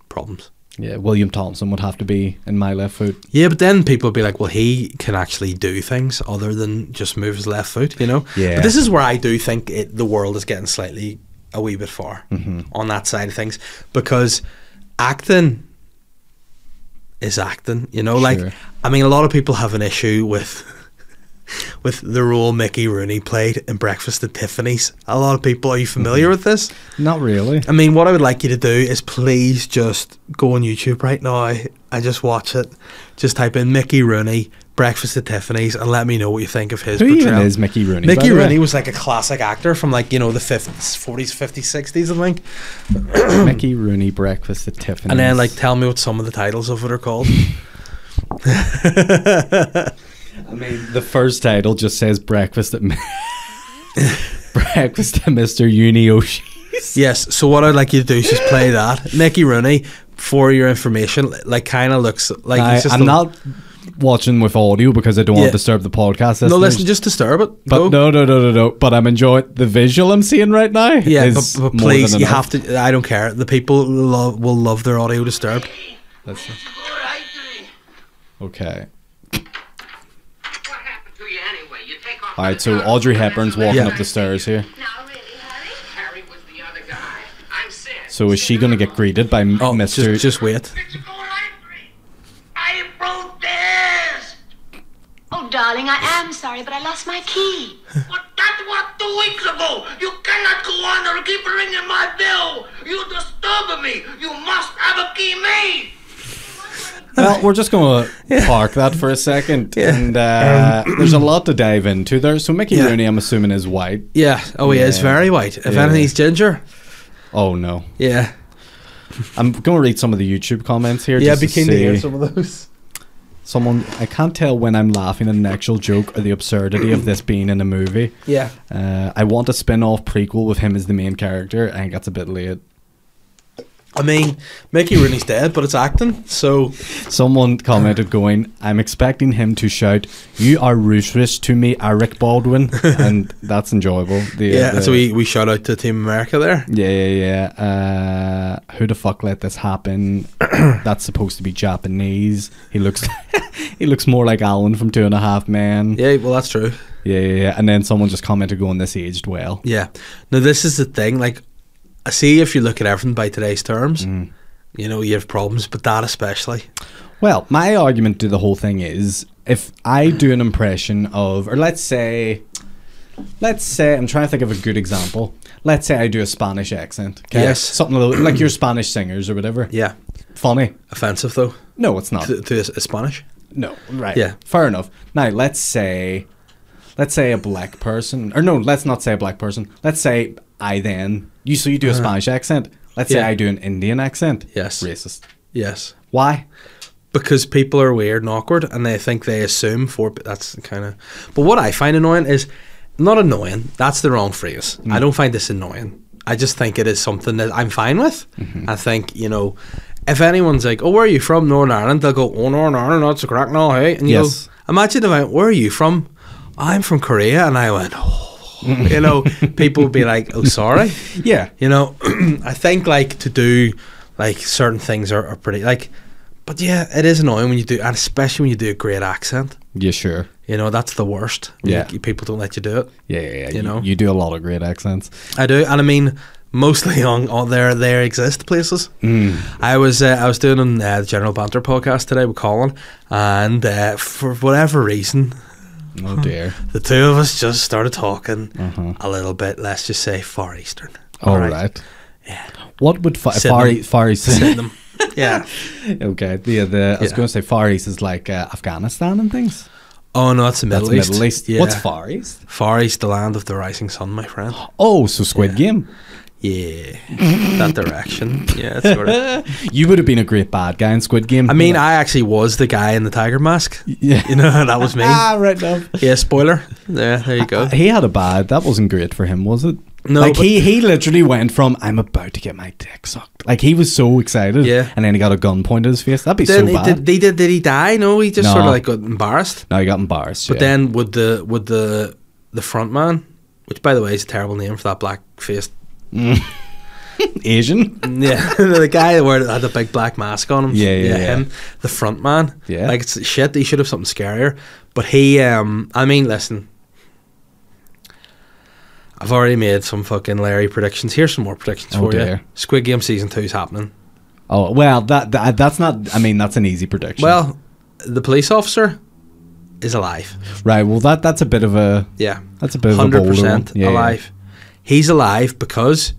S1: Problems.
S3: Yeah, William Thompson would have to be in my left foot.
S1: Yeah, but then people would be like, "Well, he can actually do things other than just move his left foot," you know.
S3: Yeah.
S1: But this is where I do think it, the world is getting slightly a wee bit far
S3: Mm-hmm.
S1: on that side of things because acting is acting, you know. Like,
S3: Sure.
S1: I mean, a lot of people have an issue with with the role Mickey Rooney played in Breakfast at Tiffany's. A lot of people are you
S3: Mm-hmm.
S1: familiar with this?
S3: Not really.
S1: I mean, what I would like you to do is please just go on YouTube right now and just watch it. Just type in Mickey Rooney, Breakfast at Tiffany's, and let me know what you think of his
S3: Who
S1: portrayal.
S3: even is Mickey Rooney? by
S1: Mickey
S3: the way?
S1: Rooney was like a classic actor from like, you know, the 50s, 40s, 50s, 60s, I think.
S3: Mickey Rooney breakfast at Tiffany's.
S1: Hmm. And then, like, tell me what some of the titles of it are called.
S3: I mean, the first title just says breakfast at Mi- breakfast at Mister Uni Ocean.
S1: Yes. So what I'd like you to do is just play that. Mickey Rooney, for your information, like, kind of looks like
S3: I,
S1: he's just.
S3: I'm
S1: a-
S3: not watching with audio because I don't want
S1: Yeah.
S3: to disturb the podcast.
S1: No,
S3: listeners.
S1: listen, just disturb it.
S3: But
S1: Go.
S3: no, no, no, no, no. But I'm enjoying the visual I'm seeing right now.
S1: Yeah,
S3: is
S1: but, but
S3: more
S1: please,
S3: than
S1: you
S3: enough.
S1: have to. I don't care. The people lo- will love their audio disturbed.
S3: That's-
S4: All right, three.
S3: okay.
S4: What happened to you anyway? You take off.
S3: All right. So Audrey Hepburn's walking
S1: Yeah.
S3: up the stairs here.
S4: Now, really, Harry? Harry was the other guy. I'm sick.
S3: So is she gonna get greeted by
S1: Oh,
S3: Mister?
S1: just, just wait.
S4: Did you go all right, three? I protest!
S5: Oh, darling, I am sorry, but I lost my key.
S4: But that was two weeks ago. You cannot go on or keep ringing my bell. You disturb me. You must have a key made.
S3: well, we're just gonna park that for a second.
S1: Yeah. Um,
S3: And uh, there's a lot to dive into there. So Mickey
S1: Yeah.
S3: Rooney, I'm assuming, is white.
S1: Yeah. Oh, he is
S3: Yeah.
S1: very white. If
S3: Yeah.
S1: anything, he's ginger.
S3: Oh no.
S1: Yeah.
S3: I'm gonna read some of the YouTube comments here.
S1: Yeah.
S3: just
S1: Be keen to
S3: see.
S1: hear some of those.
S3: Someone I can't tell when I'm laughing at an actual joke or the absurdity of this being in a movie.
S1: Yeah.
S3: Uh, I want a spin-off prequel with him as the main character. I think that's a bit late.
S1: I mean, Mickey Rooney's dead, but it's acting. So
S3: Someone commented going, I'm expecting him to shout, You are ruthless to me, Eric Baldwin. and that's enjoyable. The-
S1: yeah.
S3: the-
S1: so we, we shout out to Team America there.
S3: Yeah, yeah, yeah. Uh, who the fuck let this happen? that's supposed to be Japanese. He looks he looks more like Alan from Two and a Half Men.
S1: Yeah. Well, that's true.
S3: Yeah, yeah, yeah. And then someone just commented going, This aged well. Mm.
S1: Yeah. Now this is the thing. Like, I see if you look at everything by today's terms, You know, you have problems, but that especially.
S3: Well, my argument to the whole thing is if I do an impression of, or let's say, let's say, I'm trying to think of a good example. Let's say I do a Spanish accent. 'kay?
S1: Yes.
S3: Something a little, like your Spanish singers or whatever.
S1: Yeah.
S3: Funny.
S1: Offensive, though,
S3: No, it's not.
S1: to, to a, a Spanish.
S3: No, right.
S1: Yeah.
S3: Fair enough. Now, let's say, let's say a black person, or no, let's not say a black person. Let's say I then, you, so you do a Spanish accent. Let's say
S1: Uh-huh. Yeah.
S3: I do an Indian accent.
S1: Yes.
S3: Racist.
S1: Yes.
S3: Why?
S1: because people are weird and awkward and they think they assume for that's kind of but what i find annoying is not annoying that's the wrong phrase i don't find this annoying i just think it is something that i'm fine with i think you know if anyone's like oh where are you from northern ireland they'll go oh northern ireland that's a crack now hey and you
S3: Yes.
S1: go imagine if i went, where are you from i'm from korea and i went oh you know people would be like oh sorry
S3: Yeah.
S1: you know, I think like to do like certain things are, are pretty like, but yeah, it is annoying when you do, and especially when you do a great accent.
S3: Yeah, sure.
S1: You know, that's the worst. when
S3: Yeah.
S1: you, people don't let you do it.
S3: Yeah, yeah, yeah.
S1: You know?
S3: you do a lot of great accents.
S1: I do, and I mean mostly on, on there there exist places.
S3: Mm.
S1: I was uh, I was doing an, uh, the General Banter podcast today with Colin, and uh, for whatever reason,
S3: Oh dear.
S1: the two of us just started talking
S3: Mhm.
S1: a little bit. Let's just say Far Eastern.
S3: All right. What would fa-
S1: Sydney.
S3: Far East, Far East?
S1: Sydney. yeah.
S3: okay. The, the I was
S1: Yeah.
S3: going to say Far East is like uh, Afghanistan and things.
S1: Oh no, that's the
S3: That's
S1: Middle East.
S3: Middle East.
S1: Yeah.
S3: What's Far East?
S1: Far East, the land of the rising sun, my friend.
S3: Oh, so Squid Game.
S1: Yeah, that direction. Yeah, it's sort of.
S3: You would have been a great bad guy in Squid Game.
S1: I mean, I actually was the guy in the tiger mask.
S3: yeah,
S1: You know, that was me.
S3: ah, right now.
S1: Yeah, spoiler. Yeah, there you go.
S3: He had a bad. That wasn't great for him, was it?
S1: No,
S3: like
S1: but-
S3: he, he literally went from I'm about to get my dick sucked. Like he was so excited,
S1: Yeah.
S3: and then he got a gun pointed at his face. That'd be
S1: Then
S3: so
S1: he
S3: bad.
S1: did, they did. Did he die? No, he just
S3: No.
S1: sort of like got embarrassed.
S3: now he got embarrassed.
S1: But
S3: yeah.
S1: then would the would the the front man, which by the way is a terrible name for that black faced.
S3: Mm. Asian.
S1: Yeah, the guy that wore- had the big black mask on him.
S3: Yeah, yeah, yeah.
S1: Him, the front man.
S3: Yeah.
S1: like it's shit. He should have something scarier. But he, um, I mean, listen. I've already made some fucking Larry predictions. Here's some more predictions
S3: Oh,
S1: for you.
S3: dear.
S1: Squid Game season two is happening.
S3: Oh well, that, that that's not. I mean, that's an easy prediction.
S1: Well, the police officer is alive.
S3: right. Well, that that's a bit of a
S1: Yeah,
S3: that's a bit of a
S1: hundred
S3: bolder one.
S1: percent
S3: Yeah, yeah.
S1: alive. He's alive because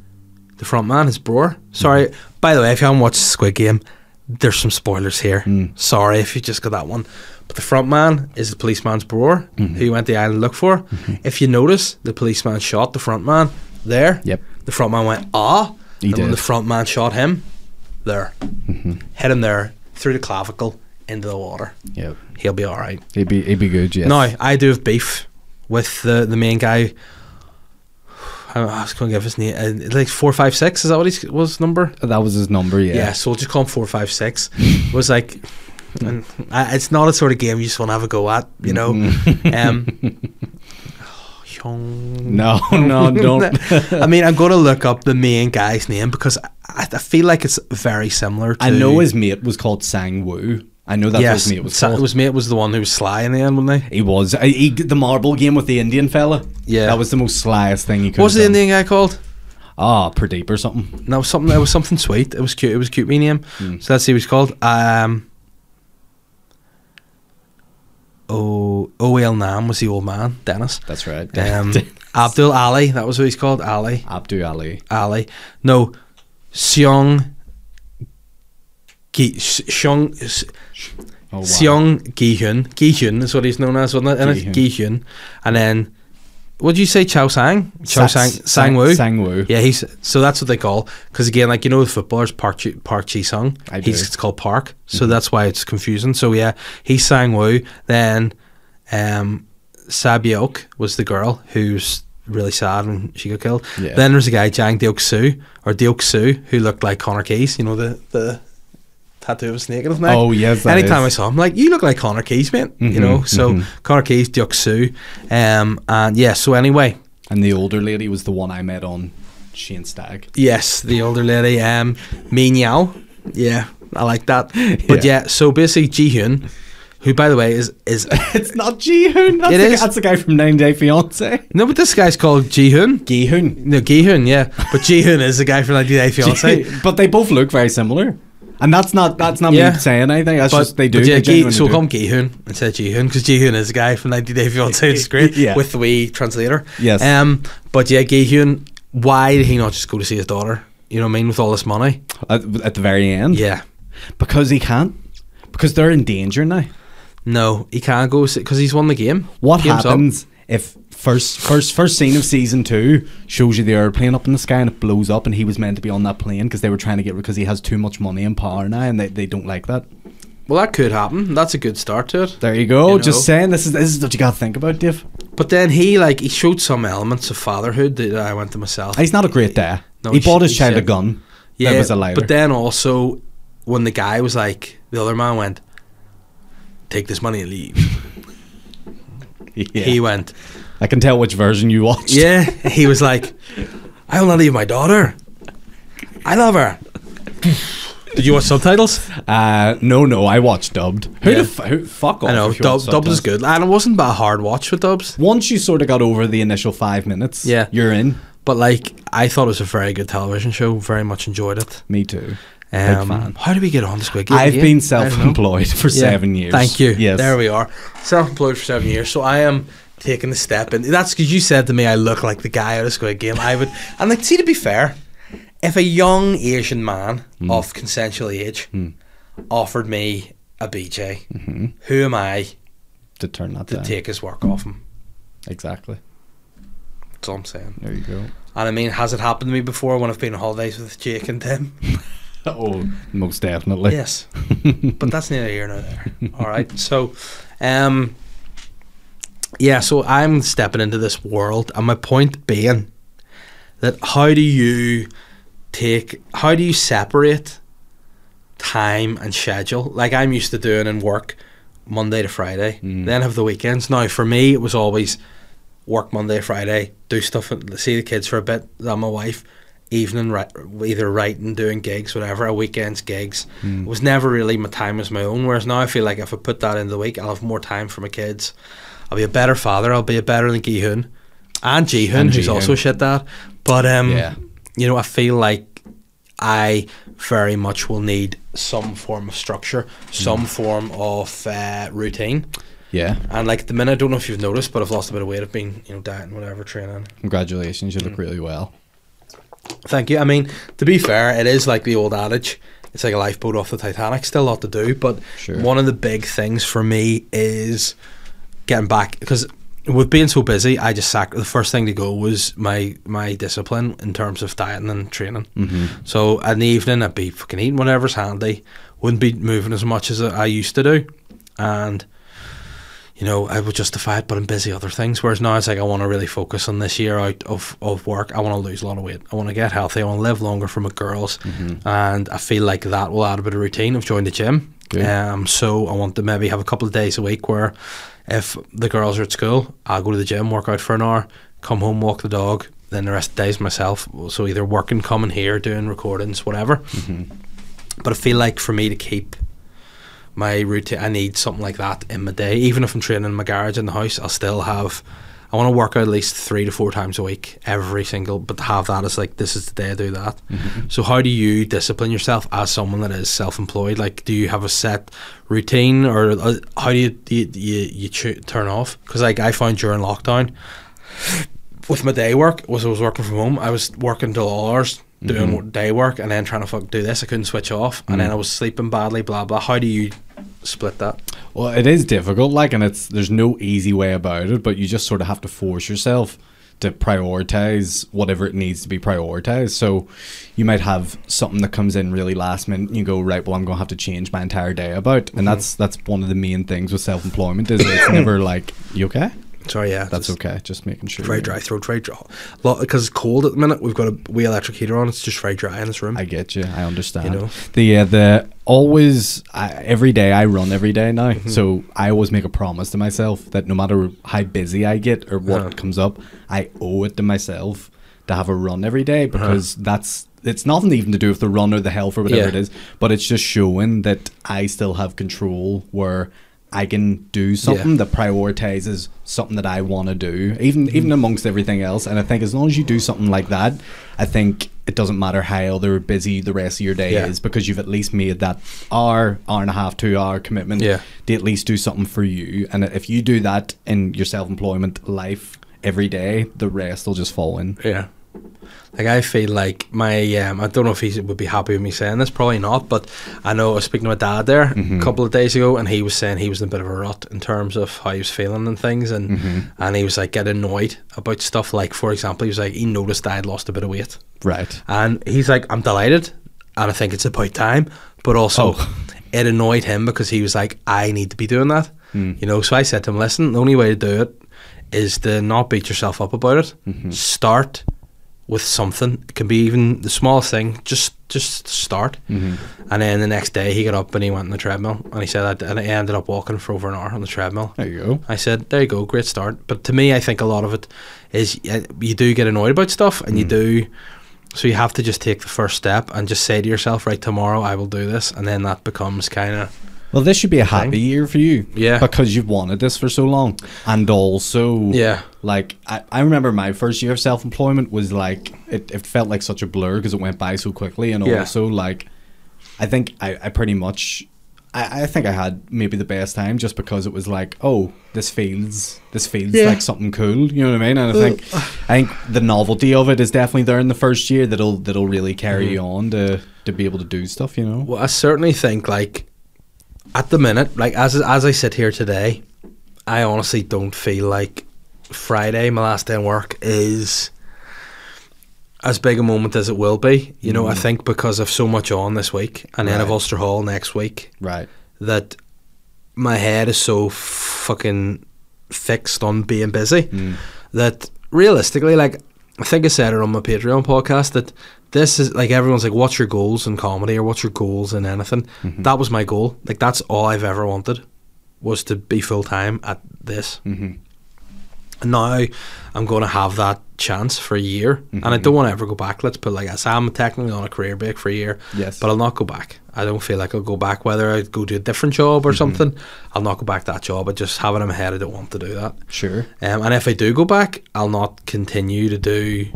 S1: the front man is Brewer. Sorry, by the way, if you haven't watched Squid Game, there's some spoilers here.
S3: Hmm.
S1: Sorry if you just got that one. But the front man is the policeman's Brewer,
S3: Mm-hmm.
S1: who you went to the island to look for. If you notice, the policeman shot the front man there.
S3: Yep.
S1: The front man went ah,
S3: He
S1: and when
S3: did. Mm-hmm.
S1: the front man shot him, there, hit him there through the clavicle into the water.
S3: Yeah,
S1: He'll be all right.
S3: it'd be it'd be good. Yes.
S1: No, I do have beef with the the main guy. I I was going to give his name. Uh, like four five six. Is that what he was number?
S3: that was his number. Yeah.
S1: Yeah. so we'll just call him four five six. was like, and I, it's not a sort of game you just want to have a go at, you know. um, Hyung-
S3: No, no, Oh, don't.
S1: I mean, I'm going to look up the main guy's name because I, I I feel like it's very similar. to...
S3: I know his mate was called Sang Woo. I know that's
S1: yes,
S3: what his mate was
S1: Sa-
S3: called.
S1: it was me. It was the one who was sly in the end, wasn't he?
S3: he was I, he, the marble game with the Indian fella.
S1: Yeah.
S3: that was the most slyest thing he could.
S1: What was
S3: have
S1: the
S3: done.
S1: Indian guy called?
S3: Ah, Pradeep or something.
S1: No, it was something. It was something sweet. It was cute. It was a cute wee name. So let's see what it's called. Um, o O.L. Nam was the old man, Dennis.
S3: That's right.
S1: Um, Abdul Ali. That was what he's called. Ali.
S3: Abdu Ali.
S1: Ali. No, Seong. Gi, Seong.
S3: Oh, wow.
S1: Seong Gi-hun. Gi-hun is what he's known as, wasn't it? And it's Gi-hun. And then, what did you say? Chow Sang. Chow
S3: Sa-
S1: Sang.
S3: Sa-
S1: Sang Woo.
S3: Sang Woo.
S1: Yeah, he's so that's what they call because again, like you know, the footballers Park Chi- Park Chi Sung.
S3: I do. Mm-hmm.
S1: He's it's called Park, so that's why it's confusing. So yeah, he sang Woo. Then, um, Sabiok was the girl who's really sad when she got killed.
S3: Yeah.
S1: Then there's a guy Jang Deok Soo or Deok Soo who looked like Connor Keys. You know the the tattoo of a snake in his neck.
S3: Oh, yes, that
S1: Anytime
S3: is. Mm-hmm,
S1: I saw him, like you look like Connor Keys, man. you know, so Connor Keys, Deok Soo, um, and yeah. So anyway.
S3: And the older lady was the one I met on Shane Stag.
S1: Yes, the older lady, um, Mean Yao. Yeah, I like that. But yeah,
S3: Yeah.
S1: so basically, Ji Hyun, who by the way is is
S3: It's not Ji Hoon. That's,
S1: It
S3: the,
S1: is.
S3: that's the guy from 90 Day Fiance.
S1: no, but this guy's called Ji Hyun.
S3: Gi Hoon.
S1: No, Gi Hyun, yeah, but Ji Hyun is the guy from 90 Day Fiance.
S3: but they both look very similar. And that's not that's not
S1: Yeah.
S3: me saying anything. That's just they do.
S1: But yeah,
S3: they
S1: Gi,
S3: genuinely
S1: so
S3: do.
S1: come Gihun instead of Jihun because Jihun is a guy from 90 Day Fiancé. It's great
S3: Yeah.
S1: with the wee translator.
S3: Yes.
S1: Um. But yeah, Gihun. Why did he not just go to see his daughter? You know what I mean? With all this money.
S3: at, at the very end.
S1: Yeah.
S3: because he can't. Because they're in danger now.
S1: No, he can't go because he's won the game.
S3: What
S1: Game's up.
S3: happens if first first first scene of season two shows you the airplane up in the sky and it blows up and he was meant to be on that plane because they were trying to get because he has too much money and power now and they, they don't like that.
S1: Well, that could happen. That's a good start to it.
S3: There you go.
S1: You know.
S3: Just saying this is this is what you got to think about, Dave.
S1: But then he like he showed some elements of fatherhood that I went to myself.
S3: Ah, He's not a great dad.
S1: No,
S3: he
S1: he
S3: bought
S1: sh-
S3: his
S1: he
S3: child a
S1: said-
S3: gun.
S1: yeah,
S3: that was a lighter.
S1: But then also when the guy was like the other man went, take this money and leave.
S3: yeah.
S1: He went,
S3: I can tell which version you watched.
S1: yeah. He was like, I will not leave my daughter. I love her. Did you watch subtitles?
S3: Uh, no, no, I watched dubbed. Who
S1: Yeah.
S3: the f- who, fuck off?
S1: I know
S3: Oh, if you
S1: dub,
S3: watch
S1: dubs is
S3: subtitles.
S1: good, and it wasn't a hard watch with dubs.
S3: Once you sort of got over the initial five minutes,
S1: Yeah.
S3: you're in.
S1: But like, I thought it was a very good television show. Very much enjoyed it.
S3: Me too.
S1: Um,
S3: fan.
S1: How do we get on this quick?
S3: I've
S1: Yeah,
S3: been
S1: I don't know.
S3: self-employed for
S1: Yeah.
S3: seven years.
S1: Thank you.
S3: Yes.
S1: There we are. Self-employed for seven years. So I am taking the step, and that's because you said to me, "I look like the guy out of Squid Game." I would, and like, see, to be fair, if a young Asian man
S3: Hmm.
S1: of consensual age offered me a BJ,
S3: Mm-hmm.
S1: who am I
S3: to turn that
S1: to
S3: down.
S1: take his work off him?
S3: Exactly.
S1: That's all I'm saying.
S3: There you go.
S1: And I mean, has it happened to me before when I've been on holidays with Jake and Tim?
S3: Oh, most definitely.
S1: Yes, but that's neither here nor there. All right. So, um, yeah. So I'm stepping into this world, and my point being that how do you take? How do you separate time and schedule? Like I'm used to doing in work, Monday to Friday, then have the weekends. Now for me, it was always work Monday, Friday, do stuff, see the kids for a bit, and my wife, evening, ri- either writing, doing gigs, whatever, a weekend's gigs.
S3: Hmm.
S1: It was never really my time as my own. Whereas now I feel like if I put that into the week, I'll have more time for my kids. I'll be a better father. I'll be a better than Gihun and Jihun,
S3: And
S1: who's
S3: Ji-hoon.
S1: also a shit dad. But um,
S3: Yeah.
S1: you know, I feel like I very much will need some form of structure,
S3: Hmm.
S1: some form of uh, routine.
S3: Yeah.
S1: And like at the minute, I don't know if you've noticed, but I've lost a bit of weight. I've been, you know, dieting, whatever, training.
S3: Congratulations, you
S1: Mm.
S3: look really well.
S1: Thank you. I mean, to be fair, it is like the old adage. It's like a lifeboat off the Titanic. Still a lot to do, but
S3: Sure.
S1: one of the big things for me is getting back because with being so busy, I just sac- the first thing to go was my my discipline in terms of dieting and training. Mm-hmm. So in the evening, I'd be fucking eating whatever's handy. Wouldn't be moving as much as I I used to do, and you know, I would justify it, but I'm busy other things. Whereas now it's like I want to really focus on this year out of, of work. I want to lose a lot of weight. I want to get healthy. I want to live longer for my girls, and I feel like that will add a bit of routine. I've joined the gym,
S3: Good.
S1: um, so I want to maybe have a couple of days a week where, if the girls are at school, I'll go to the gym, work out for an hour, come home, walk the dog. Then the rest of the days myself. So either working, coming here, doing recordings, whatever. But I feel like for me to keep my routine. I need something like that in my day. Even if I'm training in my garage in the house, I'll still have. I want to work out at least three to four times a week, every single. But to have that as like this is the day I do that. So how do you discipline yourself as someone that is self-employed? Like, do you have a set routine, or uh, how do you do you, do you, you chu- turn off? Because like I found during lockdown, with my day work was I was working from home. I was working till all hours doing wo- day work and then trying to fuck do this. I couldn't switch off, and then I was sleeping badly. Blah blah. How do you split that?
S3: Well, it is difficult, like, and it's there's no easy way about it, but you just sort of have to force yourself to prioritize whatever it needs to be prioritized. So you might have something that comes in really last minute and you go, right, well I'm gonna have to change my entire day about. And that's that's one of the main things with self employment is it's never like you okay?
S1: Sorry, yeah,
S3: That's
S1: just
S3: okay, just making sure
S1: Very
S3: you-
S1: dry throat, very dry. Lot because it's cold at the minute. We've got a wee electric heater on. It's just very dry in this room.
S3: I get you. I understand.
S1: know?
S3: The uh, the always I, every day I run every day now,
S1: Mm-hmm.
S3: so I always make a promise to myself that no matter how busy I get or what
S1: Yeah.
S3: comes up, I owe it to myself to have a run every
S1: Uh-huh.
S3: day because that's it's nothing even to do with the run or the health or whatever
S1: Yeah.
S3: it is, but it's just showing that I still have control where. I can do something that prioritizes something
S1: Mm-hmm.
S3: that I want to do, even even amongst everything else. And I think as long as you do something like that, I think it doesn't matter how other busy the rest of your day
S1: Yeah.
S3: is because you've at least made that hour, hour and a half, two hour commitment
S1: Yeah.
S3: to at least do something for you. And if you do that in your self employment life every day, the rest will just fall in.
S1: Yeah. Like I feel like my um, I don't know if he would be happy with me saying this, probably not. But I know I was speaking to my dad there
S3: Mm-hmm.
S1: a couple of days ago, and he was saying he was in a bit of a rut in terms of how he was feeling and things, and
S3: Mm-hmm.
S1: and he was like getting annoyed about stuff. Like for example, he was like he noticed I had lost a bit of weight,
S3: Right.
S1: and he's like I'm delighted, and I think it's about time. But also,
S3: Oh.
S1: it annoyed him because he was like I need to be doing that,
S3: Hmm.
S1: you know. So I said to him, listen, the only way to do it is to not beat yourself up about it.
S3: Mm-hmm.
S1: Start with something. It can be even the smallest thing. Just just start.
S3: Mm-hmm.
S1: And then the next day he got up and he went on the treadmill and he said, I, d- and I ended up walking for over an hour on the treadmill.
S3: There you go.
S1: I said, there you go, great start. But to me, I think a lot of it is uh, you do get annoyed about stuff and you do. So you have to just take the first step and just say to yourself, right, tomorrow I will do this. And then that becomes kind of,
S3: Well, this should be a happy year for you.
S1: Yeah.
S3: Because you've wanted this for so long. And also,
S1: Yeah.
S3: Like, I, I remember my first year of self employment was like, it, it felt like such a blur because it went by so quickly. And
S1: Yeah.
S3: also, like, I think I, I pretty much. I, I think I had maybe the best time just because it was like, oh, this feels this feels like something cool. You know what I mean? And I think
S1: Uh.
S3: I think the novelty of it is definitely there in the first year that'll that'll really carry you on to to be able to do stuff. You know?
S1: Mm-hmm. well, I certainly think like at the minute, like as, as I sit here today, I honestly don't feel like Friday, my last day in work, is as big a moment as it will be. You know, I think because I've so much on this week and then I've
S3: Right.
S1: Ulster Hall next week.
S3: Right.
S1: that my head is so fucking fixed on being busy that realistically, like I think I said it on my Patreon podcast that this is like everyone's like, what's your goals in comedy or what's your goals in anything? That was my goal. Like that's all I've ever wanted was to be full time at this.
S3: Mm-hmm.
S1: And now I'm going to have that chance for a year, and I don't want to ever go back. Let's put it like that. So I'm technically on a career break for a year,
S3: Yes.
S1: but I'll not go back. I don't feel like I'll go back. Whether I go do a different job or something, I'll not go back to that job. I just have it in my head. I don't want to do that.
S3: Sure.
S1: Um, and if I do go back, I'll not continue to do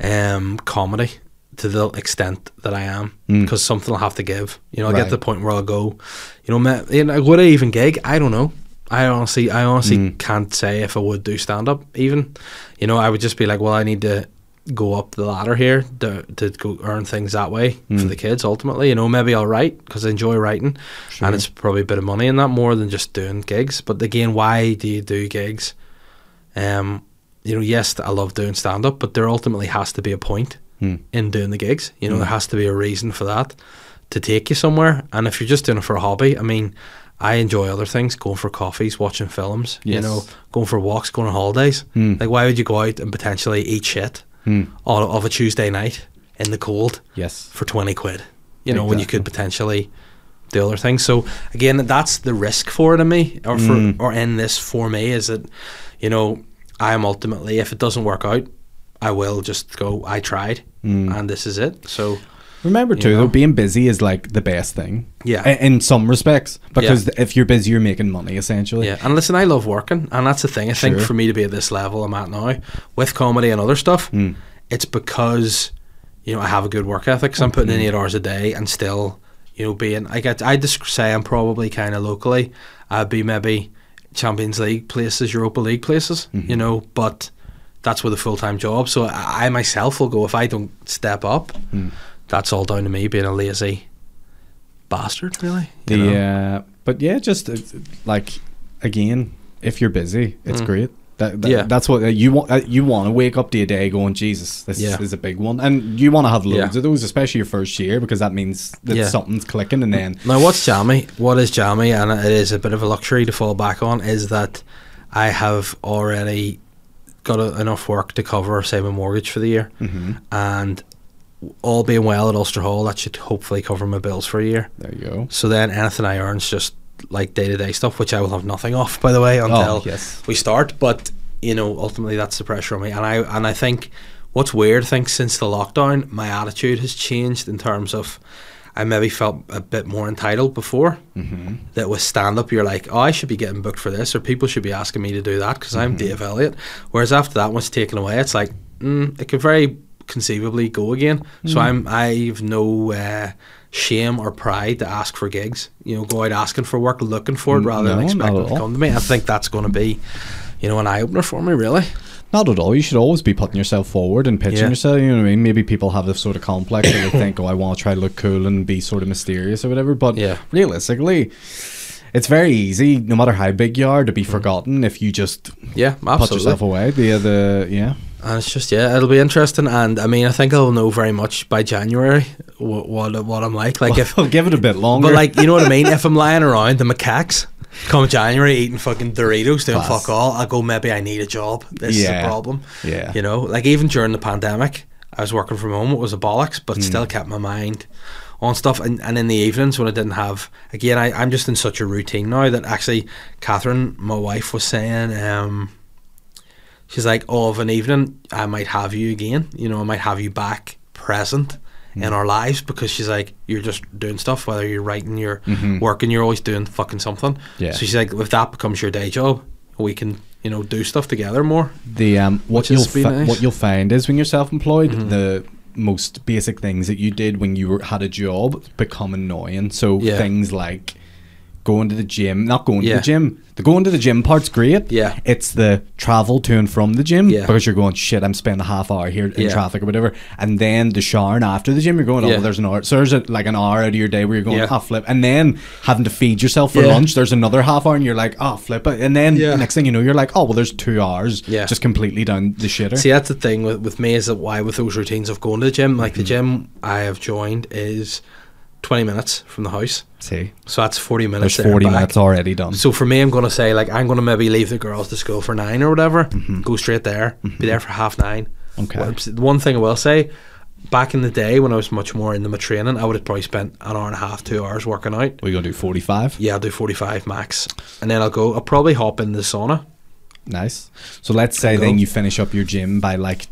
S1: um, comedy to the extent that I am because something will have to give. You know, I get
S3: Right.
S1: to the point where I'll go, you know, ma- you know, would I even gig? I don't know. I honestly, I honestly can't say if I would do stand up. Even, you know, I would just be like, well, I need to go up the ladder here to, to go earn things that way for the kids. Ultimately, you know, maybe I'll write because I enjoy writing, and it's probably a bit of money in that more than just doing gigs. But again, why do you do gigs? um, you know, yes, I love doing stand up, but there ultimately has to be a point in doing the gigs. You know, there has to be a reason for that to take you somewhere. And if you're just doing it for a hobby, I mean, I enjoy other things, going for coffees, watching films, you
S3: Yes.
S1: know, going for walks, going on holidays. Like, why would you go out and potentially eat shit on, of a Tuesday night in the cold
S3: Yes.
S1: for 20 quid, you know, when you could potentially do other things. So, again, that's the risk for it in me, or, for, or in this for me, is that, you know, I am ultimately, if it doesn't work out, I will just go, I tried, and this is it. So,
S3: Remember too,
S1: know?
S3: though, being busy is like the best thing.
S1: Yeah.
S3: I- In, some respects, because
S1: Yeah.
S3: if you're busy, you're making money essentially.
S1: Yeah, and listen, I love working, and that's the thing. I think
S3: Sure.
S1: for me to be at this level I'm at now, with comedy and other stuff,
S3: Hmm.
S1: it's because you know I have a good work ethic. 'cause I'm putting in
S3: Hmm.
S1: eight hours a day and still, you know, being I get I just say I'm probably kind of locally, I'd be maybe Champions League places, Europa League places,
S3: Mm-hmm.
S1: you know, but that's with a full time job. So I, I myself will go if I don't step up.
S3: Hmm.
S1: That's all down to me being a lazy bastard, really.
S3: The,
S1: you know?
S3: uh, but yeah, just uh, like again, if you're busy, it's great. That, that-
S1: Mm. Yeah.
S3: that's what uh, you want. Uh, you want to wake up to your day going, Jesus, this
S1: Yeah.
S3: is a big one, and you want to have loads
S1: Yeah.
S3: of those, especially your first year, because that means that
S1: Yeah. Mm.
S3: something's clicking, and then
S1: Now, what's jammy? What is jammy? And it is a bit of a luxury to fall back on. Is that I have already got a, enough work to cover, say, my mortgage for the year, and all being well at Ulster Hall, that should hopefully cover my bills for a year.
S3: there you go.
S1: So then, anything I earn's just like day to day stuff, which I will have nothing off, by the way, until
S3: yes.
S1: we start. But you know, ultimately, that's the pressure on me, and I and I think what's weird, I think since the lockdown, my attitude has changed in terms of I maybe felt a bit more entitled before. Mm-hmm. That with stand up, you're like, oh, I should be getting booked for this, or people should be
S3: Mm-hmm.
S1: asking me to do that because I'm Dave Elliott. Whereas after that one's taken away, it's like mm, it could very conceivably go again.
S3: Mm-hmm.
S1: So I'm I've no uh, shame or pride to ask for gigs. You know, go out asking for work, looking for it,
S3: Mm,
S1: rather
S3: no,
S1: than
S3: not
S1: expecting
S3: at
S1: it to
S3: all.
S1: come to me. I think that's going to be, you know, an eye opener for me. Really,
S3: Not at all. You should always be putting yourself forward and pitching
S1: Yeah.
S3: yourself. You know what I mean? Maybe people have this sort of complex where they think, "Oh, I want to try to look cool and be sort of mysterious or whatever." But
S1: Yeah.
S3: realistically, it's very easy, no matter how big you are, to be forgotten if you just
S1: yeah,
S3: put
S1: absolutely.
S3: yourself away. The the yeah,
S1: And it's just yeah, it'll be interesting. And I mean, I think I'll know very much by January what what, what I'm like. Like if,
S3: Well, give it a bit longer.
S1: but like you know what I mean. If I'm lying around the macaques. Come January, eating fucking Doritos, doing
S3: Class.
S1: fuck all. I go. Maybe I need a job. This is
S3: Yeah.
S1: a problem.
S3: yeah,
S1: You know, like even during the pandemic, I was working from home. It was a bollocks, but
S3: Hmm.
S1: still kept my mind on stuff. And, and in the evenings when I didn't have, again, I, I'm just in such a routine now that actually, Catherine, my wife, was saying, um, she's like, oh, of an evening, I might have you again. You know, I might have you back present.
S3: Mm.
S1: In our lives, because she's like, you're just doing stuff. Whether you're writing, you're working, you're always doing fucking something.
S3: Mm-hmm. Yeah.
S1: So she's like, if that becomes your day job, we can, you know, do stuff together more.
S3: the um, what
S1: Which
S3: you'll
S1: has been
S3: fi-
S1: nice. Mm-hmm.
S3: what you'll find is when you're self-employed, the most basic things that you did when you were, had a job become annoying. So
S1: Yeah.
S3: things like going to the gym, not going to
S1: Yeah.
S3: the gym. The going to the gym part's great.
S1: Yeah.
S3: it's the travel to and from the gym
S1: Yeah.
S3: because you're going shit. I'm spending a half hour here in
S1: Yeah.
S3: traffic or whatever, and then the showering after the gym, you're going oh
S1: Yeah.
S3: there's an hour. So there's a, like an hour out of your day where you're going
S1: Yeah.
S3: oh flip, and then having to feed yourself for
S1: Yeah.
S3: lunch. There's another half hour, and you're like oh flip it, and then
S1: Yeah.
S3: next thing you know you're like oh well there's two hours
S1: Yeah.
S3: just completely down the shitter.
S1: See, that's the thing with, with me is that why with those routines of going to the gym, like
S3: Mm-hmm.
S1: the gym I have joined is 20 minutes from the house.
S3: See,
S1: So that's 40 minutes. there
S3: there's
S1: and
S3: 40
S1: back.
S3: minutes already done.
S1: So for me, I'm going to say, like, I'm going to maybe leave the girls to school for nine or whatever, go straight there, be there for half nine.
S3: Mm-hmm. Okay.
S1: Well, the One thing I will say, back in the day when I was much more into my training, I would have probably spent an hour and a half, two hours working out.
S3: We're gonna do 45.
S1: Yeah, I'll do 45 max. And then I'll go, I'll probably hop in the sauna.
S3: Nice. So let's say
S1: Go.
S3: then you finish up your gym by like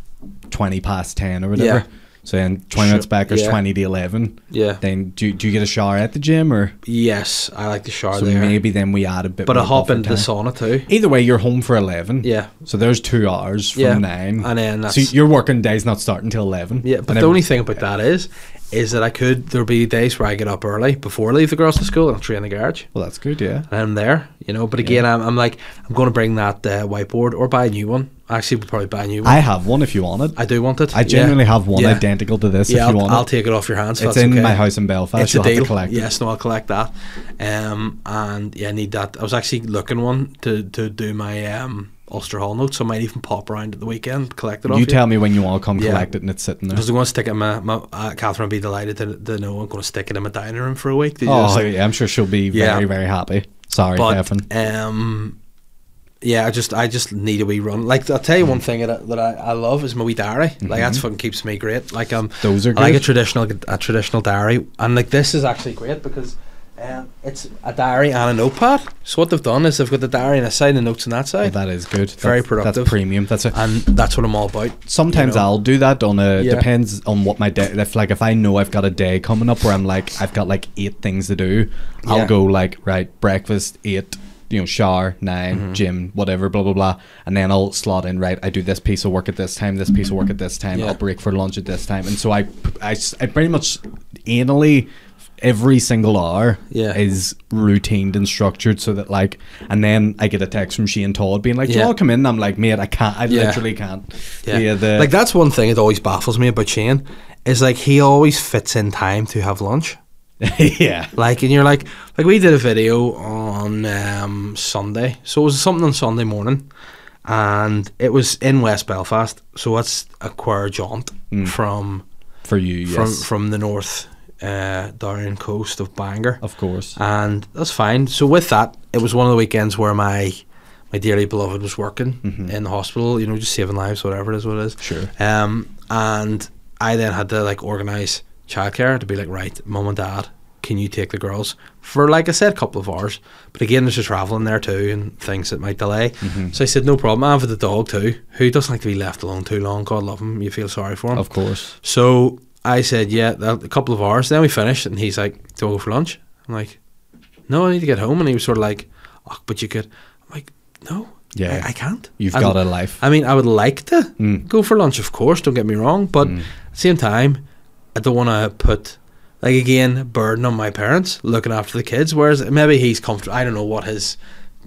S3: 20 past 10 or whatever.
S1: Yeah.
S3: So then 20 minutes back, there's
S1: Yeah.
S3: 20 to 11.
S1: Yeah.
S3: Then do, do you get a shower at the gym or
S1: Yes, I like the shower
S3: so
S1: there.
S3: maybe then we add a bit.
S1: but I
S3: more
S1: hop
S3: buffer
S1: into the
S3: time.
S1: sauna too.
S3: Either way, you're home for 11.
S1: Yeah.
S3: So there's two hours from
S1: Yeah.
S3: nine.
S1: And then
S3: so
S1: that's-
S3: your working day's not starting till 11.
S1: Yeah, but
S3: And
S1: the
S3: every-
S1: only thing about that is, is that I could there'll be days where I get up early before I leave the girls to school and I'll train the garage.
S3: Well, that's good, yeah.
S1: And I'm um, there, you know. But again, I'm, I'm like, I'm going to bring that uh, whiteboard or buy a new one. Actually, we'll probably buy a new one.
S3: I
S1: I,
S3: have one if you want it. I,
S1: do want it. yeah.
S3: genuinely have one
S1: Yeah.
S3: identical to this
S1: Yeah,
S3: if you
S1: I'll,
S3: want
S1: I'll
S3: it.
S1: take it off your hands. if
S3: It's
S1: that's
S3: in
S1: okay.
S3: my house in Belfast.
S1: It's
S3: You'll
S1: a
S3: have to
S1: deal.
S3: collect it.
S1: yes, no, I'll collect that. Um, and yeah, I need that. I was actually looking one to to do my um Ulster Hall notes. So I might even pop around at the weekend, collect it off.
S3: You tell me when you want to come
S1: Yeah.
S3: collect it and it's sitting there.
S1: Because I'm going to stick it in my, my uh, Catherine would be delighted to, to know I'm going to stick it in my dining room for a week. They
S3: Oh,
S1: just-
S3: yeah, I'm sure she'll be
S1: Yeah.
S3: very, very happy. Sorry, Catherine.
S1: but um, yeah, I just I just need a wee run. Like I'll tell you
S3: Mm.
S1: one thing that I, that I, I love is my wee diary. Like that's fucking keeps me great. Like um,
S3: Mm-hmm. Those are
S1: I like a
S3: good.
S1: traditional a traditional diary, and like this is actually great because. Um, it's a diary and a notepad. So what they've done is they've got the diary and a side and notes on that
S3: Oh,
S1: side,
S3: that is good.
S1: very
S3: that's,
S1: productive.
S3: That's premium. That's it.
S1: and that's what I'm all about.
S3: Sometimes
S1: know.
S3: I'll do that on a
S1: Yeah.
S3: depends on what my day. If like if I know I've got a day coming up where I'm like I've got like eight things to do,
S1: Yeah.
S3: I'll go like right breakfast eight, you know shower 9
S1: Mm-hmm.
S3: gym whatever blah blah blah, and then I'll slot in right. I do this piece of work at this time, this piece of work at this time.
S1: Yeah.
S3: I'll break for lunch at this time, and so I I, s- I pretty much anally every single hour
S1: Yeah.
S3: is routined and structured so that like and then I get a text from Shane Todd being like, "Do you
S1: Yeah.
S3: all come in?" And I'm like, "Mate, I can't. I
S1: Yeah.
S3: literally can't."
S1: Yeah.
S3: Yeah, the,
S1: like that's one thing that always baffles me about Shane is like he always fits in time to have lunch.
S3: yeah.
S1: Like, and you're like, like we did a video on um, Sunday, so it was something on Sunday morning, and it was in West Belfast, so that's a queer jaunt from
S3: For you,
S1: from
S3: yes.
S1: from the north uh, down coast of Bangor
S3: of course.
S1: and that's fine. So with that, it was one of the weekends where my my dearly beloved was working in the hospital. You know, just saving lives, whatever it is, what it is.
S3: Mm-hmm. Sure.
S1: Um, and I then had to like organise childcare to be like, right, mum and dad, can you take the girls for like I said, a couple of hours? But again, there's the travelling there too and things that might delay.
S3: Mm-hmm.
S1: So I said, no problem. I have the dog too, who doesn't like to be left alone too long. God love him. You feel sorry for him.
S3: of course.
S1: So I said, yeah, that, a couple of hours. Then we finished, and he's like, do I go for lunch? I'm like, no, I need to get home. And he was sort of like, oh, but you could. I'm like, no,
S3: Yeah.
S1: I, I can't.
S3: You've
S1: I'd-
S3: got a life.
S1: I mean, I would like to
S3: Mm.
S1: go for lunch, of course. Don't get me wrong, but at the same time, I don't want to put like again burden on my parents looking after the kids. Whereas maybe he's comfortable. I don't know what his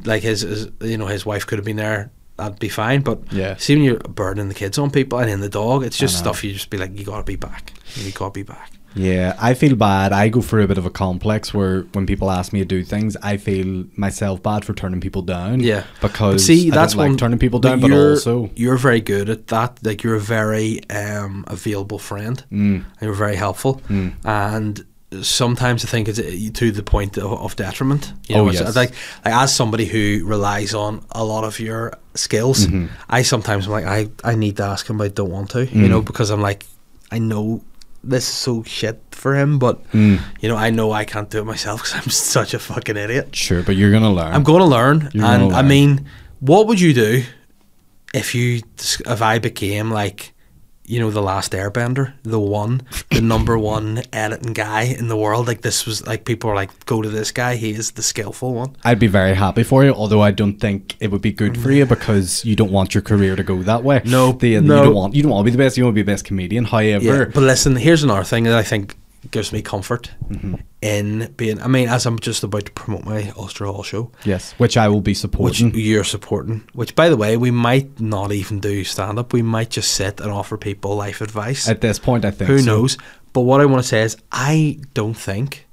S1: like his, his you know his wife could have been there. That'd be fine, but
S3: Yeah.
S1: seeing you're burdening the kids on people and in the dog, it's just
S3: know.
S1: stuff you just be like, you gotta be back, you gotta be back.
S3: Yeah, I feel bad. I go through a bit of a complex where when people ask me to do things, I feel myself bad for turning people down.
S1: Yeah,
S3: because
S1: But see, that's
S3: I don't
S1: one
S3: like turning people
S1: but
S3: down, but
S1: you're-
S3: also
S1: you're very good at that. Like you're a very um, available friend. Mm. You're very helpful,
S3: Mm.
S1: and sometimes I think it's uh, to the point of, of detriment. You know,
S3: Oh,
S1: it's, uh,
S3: yes.
S1: like, like as somebody who relies on a lot of your skills,
S3: Mm-hmm.
S1: I sometimes am like I I need to ask him, but I don't want to.
S3: Mm.
S1: You know, because I'm like I know. This is so shit for him, but
S3: Mm.
S1: you know I know I can't do it myself because I'm such a fucking idiot.
S3: sure, but you're gonna learn.
S1: I'm going to learn,
S3: You're
S1: and
S3: gonna
S1: I
S3: learn.
S1: mean, what would you do if you dis- if I became like, you know, the last Airbender, the one, the number one editing guy in the world? Like this was like people are like, go to this guy, he is the skillful one.
S3: I'd be very happy for you, although I don't think it would be good for you because you don't want your career to go that way.
S1: No,
S3: the,
S1: no.
S3: you don't want you don't want to be the best. You want to be the best comedian. However,
S1: But listen, here's another thing that I think gives me comfort in being. I mean, as I'm just about to promote my Ulster Hall show.
S3: yes, which I will be
S1: Which
S3: supporting.
S1: you're supporting. Which, by the way, we might not even do stand up. We might just sit and offer people life advice.
S3: at this point, I think
S1: Who
S3: so.
S1: knows? But what I want to say is, I don't think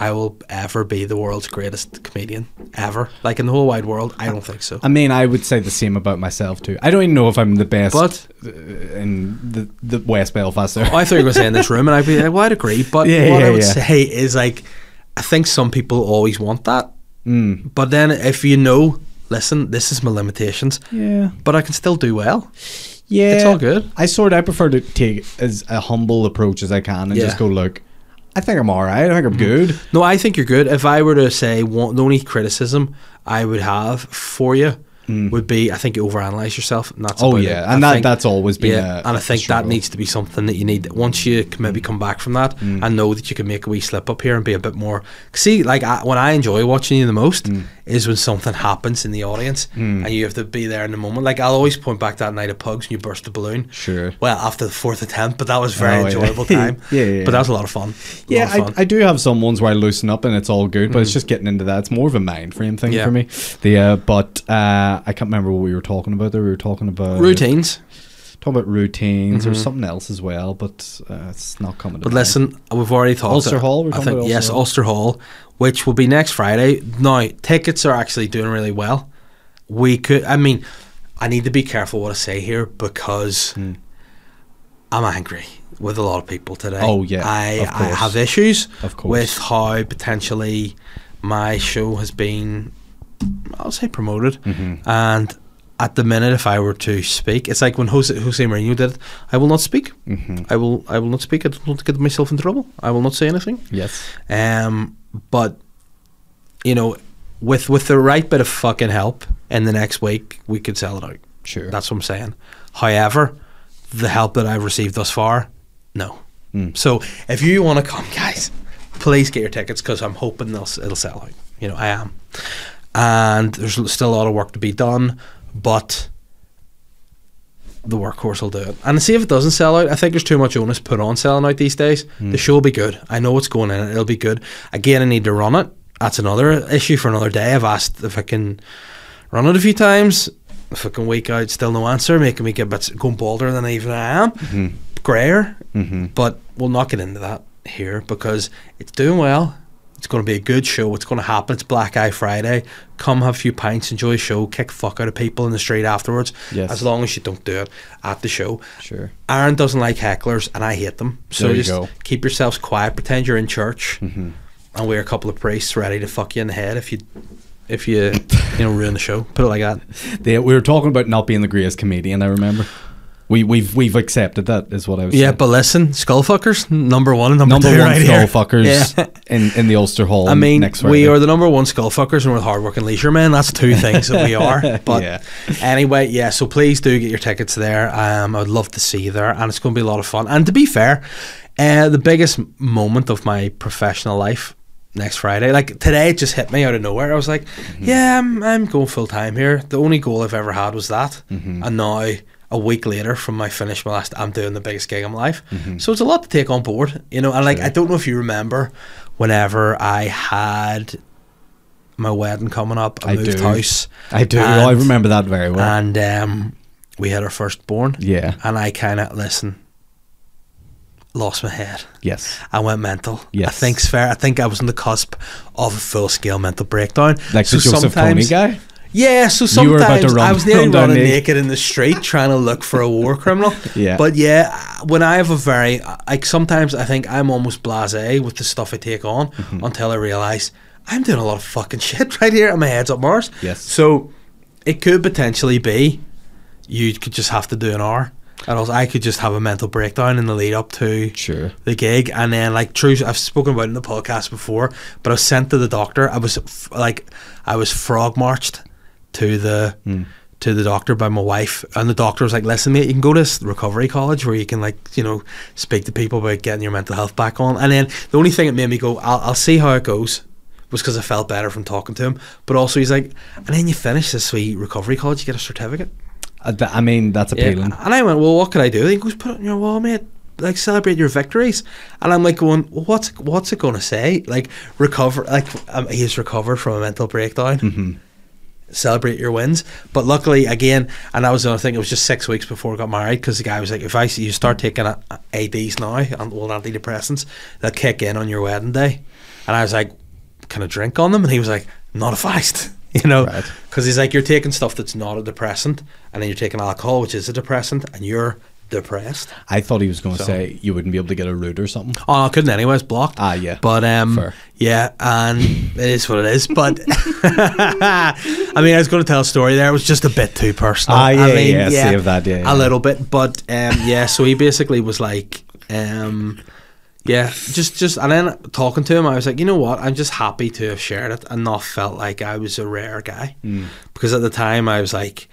S1: I will ever be the world's greatest comedian ever. Like in the whole wide world, I don't think so.
S3: I mean, I would say the same about myself too. I don't even know if I'm the best
S1: But-
S3: uh, in the, the West Belfast. There.
S1: I thought you were going to say in this room, and I'd be like, well, I'd agree. But
S3: Yeah,
S1: what I
S3: yeah,
S1: would
S3: yeah.
S1: say is, like, I think some people always want that.
S3: Mm.
S1: But then if you know, listen, this is my limitations,
S3: yeah.
S1: but I can still do well.
S3: Yeah,
S1: It's all good.
S3: I sort of I prefer to take as a humble approach as I can and
S1: Yeah. Mm-hmm.
S3: just go look. I think I'm all right. I think I'm good.
S1: No, I think you're good. If I were to say one, the only criticism I would have for you would be, I think you overanalyze yourself. And that's
S3: Hmm. Oh,
S1: about
S3: yeah,
S1: it.
S3: and that- that's always been a-
S1: and I
S3: a
S1: think that
S3: struggle. Hmm.
S1: needs to be something that you need once you can maybe come back from that and know that you can make a wee slip up here and be a bit more. See, like I, when I enjoy watching you the most
S3: Hmm.
S1: is when something happens in the audience and you have to be there in the moment. Like I'll always point back that night at Pugs and you burst the balloon.
S3: Sure.
S1: Well, after the fourth attempt, but that was a very
S3: Oh, yeah.
S1: enjoyable time.
S3: Yeah, yeah,
S1: But
S3: yeah.
S1: that was a lot of fun. A
S3: Yeah,
S1: lot of fun. Mm-hmm.
S3: I, I do have some ones where I loosen up and it's all good, but it's just getting into that. It's more of a mind frame thing
S1: Yeah.
S3: for me. The uh, but uh, I can't remember what we were talking about. There, we were talking about
S1: Routines.
S3: Talking about routines or something else as well, but uh, it's not coming. To
S1: Mm-hmm. But
S3: mind.
S1: listen, we've already talked.
S3: Ulster Hall, we're
S1: I
S3: talking
S1: think
S3: about
S1: yes,
S3: Ulster Hall.
S1: Ulster Hall, which will be next Friday. Now tickets are actually doing really well. We could. I mean, I need to be careful what I say here because
S3: Hmm.
S1: I'm angry with a lot of people today.
S3: Oh, yeah,
S1: I,
S3: of
S1: I
S3: course.
S1: have issues
S3: Of course.
S1: with how potentially my show has been. I'll say promoted, and at the minute, if I were to speak, it's like when Jose, Jose Mourinho did it. I will not speak. I will. I will not speak. I don't want to get myself in trouble. I will not say anything.
S3: yes,
S1: Um, but you know, with with the right bit of fucking help in the next week, we could sell it out.
S3: Sure.
S1: that's what I'm saying. However, the help that I've received thus far, no. So if you want to come, guys, please get your tickets because I'm hoping they'll s- it'll sell out. You know, I am. And there's l- still a lot of work to be done, but the workhorse will do it. And see if it doesn't sell out. I think there's too much onus put on selling out these days. The show will be good. I know what's going in. it. It'll be good. Again, I need to run it. That's another issue for another day. I've asked if I can run it a few times. Fucking week out, still no answer, making me get a bit going bolder than I even am. Grayer, but we'll not get into that here because it's doing well. It's going to be a good show. It's going to happen. It's Black Eye Friday. Come have a few pints, enjoy a show, kick fuck out of people in the street afterwards.
S3: Yes.
S1: As long as you don't do it at the show.
S3: sure.
S1: Aaron doesn't like hecklers, and I hate them. So
S3: There you
S1: just
S3: go.
S1: keep yourselves quiet. Pretend you're in church, and we're a couple of priests ready to fuck you in the head if you, if you, you know, ruin the show. Put it like that.
S3: They, we were talking about not being the greatest comedian. I remember. We, we've we've accepted that is what I was.
S1: Yeah,
S3: saying.
S1: but listen, skull fuckers, number one, and number,
S3: number
S1: two
S3: one
S1: right
S3: skull
S1: here.
S3: fuckers
S1: Yeah.
S3: in, in the Ulster Hall.
S1: I mean,
S3: next
S1: we
S3: Friday.
S1: are the number one skull fuckers, and we're the hardworking leisure men. That's two things that we are. But
S3: Yeah.
S1: anyway, yeah. So please do get your tickets there. Um, I'd love to see you there, and it's going to be a lot of fun. And to be fair, uh, the biggest moment of my professional life next Friday. Like today, it just hit me out of nowhere. I was like, yeah, I'm, I'm going full time here. The only goal I've ever had was that. And now, a week later from my finish my last, I'm doing the biggest gig of my life. So it's a lot to take on board, you know. And like, I don't know if you remember whenever I had my wedding coming up, I,
S3: I
S1: moved
S3: do.
S1: house.
S3: I do. Oh,
S1: And-
S3: I remember that very well.
S1: And um, we had our firstborn.
S3: Yeah.
S1: And I kind of, listen, lost my head.
S3: yes.
S1: I went mental. I
S3: Yes.
S1: think fair. I think I was on the cusp of a full scale mental breakdown.
S3: Like the Joseph Coney
S1: sometimes-
S3: guy.
S1: Yeah, so
S3: You were
S1: sometimes
S3: about to run-
S1: I was nearly
S3: run down
S1: running
S3: naked.
S1: naked in the street trying to look for a war criminal.
S3: Yeah.
S1: But yeah, when I have a very like sometimes I think I'm almost blasé with the stuff I take on
S3: Mm-hmm.
S1: until I realize I'm doing a lot of fucking shit right here and my head's up Mars.
S3: Yes.
S1: So it could potentially be you could just have to do an hour. And also I could just have a mental breakdown in the lead up to
S3: Sure.
S1: the gig and then like true I've spoken about it in the podcast before but I was sent to the doctor I was f- like I was frog marched to the to the doctor by my wife and the doctor was like listen mate you can go to this recovery college where you can like you know speak to people about getting your mental health back on and then the only thing that made me go I'll, I'll see how it goes was because I felt better from talking to him but also he's like and then you finish this wee recovery college you get a certificate
S3: Uh, th- I mean, that's appealing.
S1: and I went, well, what could I do? He goes, put it on your wall, mate. Like celebrate your victories. And I'm like going, well, what's what's it going to say? Like recover, like um, he's recovered from a mental breakdown.
S3: Mm-hmm.
S1: Celebrate your wins. But luckily, again, and that was another thing. It was just six weeks before I got married because the guy was like, if I see you start taking a, ads now and old antidepressants, they'll kick in on your wedding day. And I was like, can I drink on them? And he was like, not a feist. You know,
S3: Right.
S1: because he's like, you're taking stuff that's not a depressant, and then you're taking alcohol, which is a depressant, and you're depressed.
S3: I thought he was going to
S1: So-
S3: say you wouldn't be able to get a root or something.
S1: Oh, I couldn't anyway. It's blocked.
S3: Ah, yeah.
S1: But um,
S3: Fair.
S1: yeah, and it is what it is. But I mean, I was going to tell a story there. It was just a bit too personal.
S3: Ah, yeah,
S1: I mean,
S3: yeah, save that, yeah, yeah.
S1: a little bit. But um, yeah, so he basically was like, um, yeah, just just, and then talking to him, I was like, you know what? I'm just happy to have shared it and not felt like I was a rare guy
S3: Mm.
S1: because at the time I was like,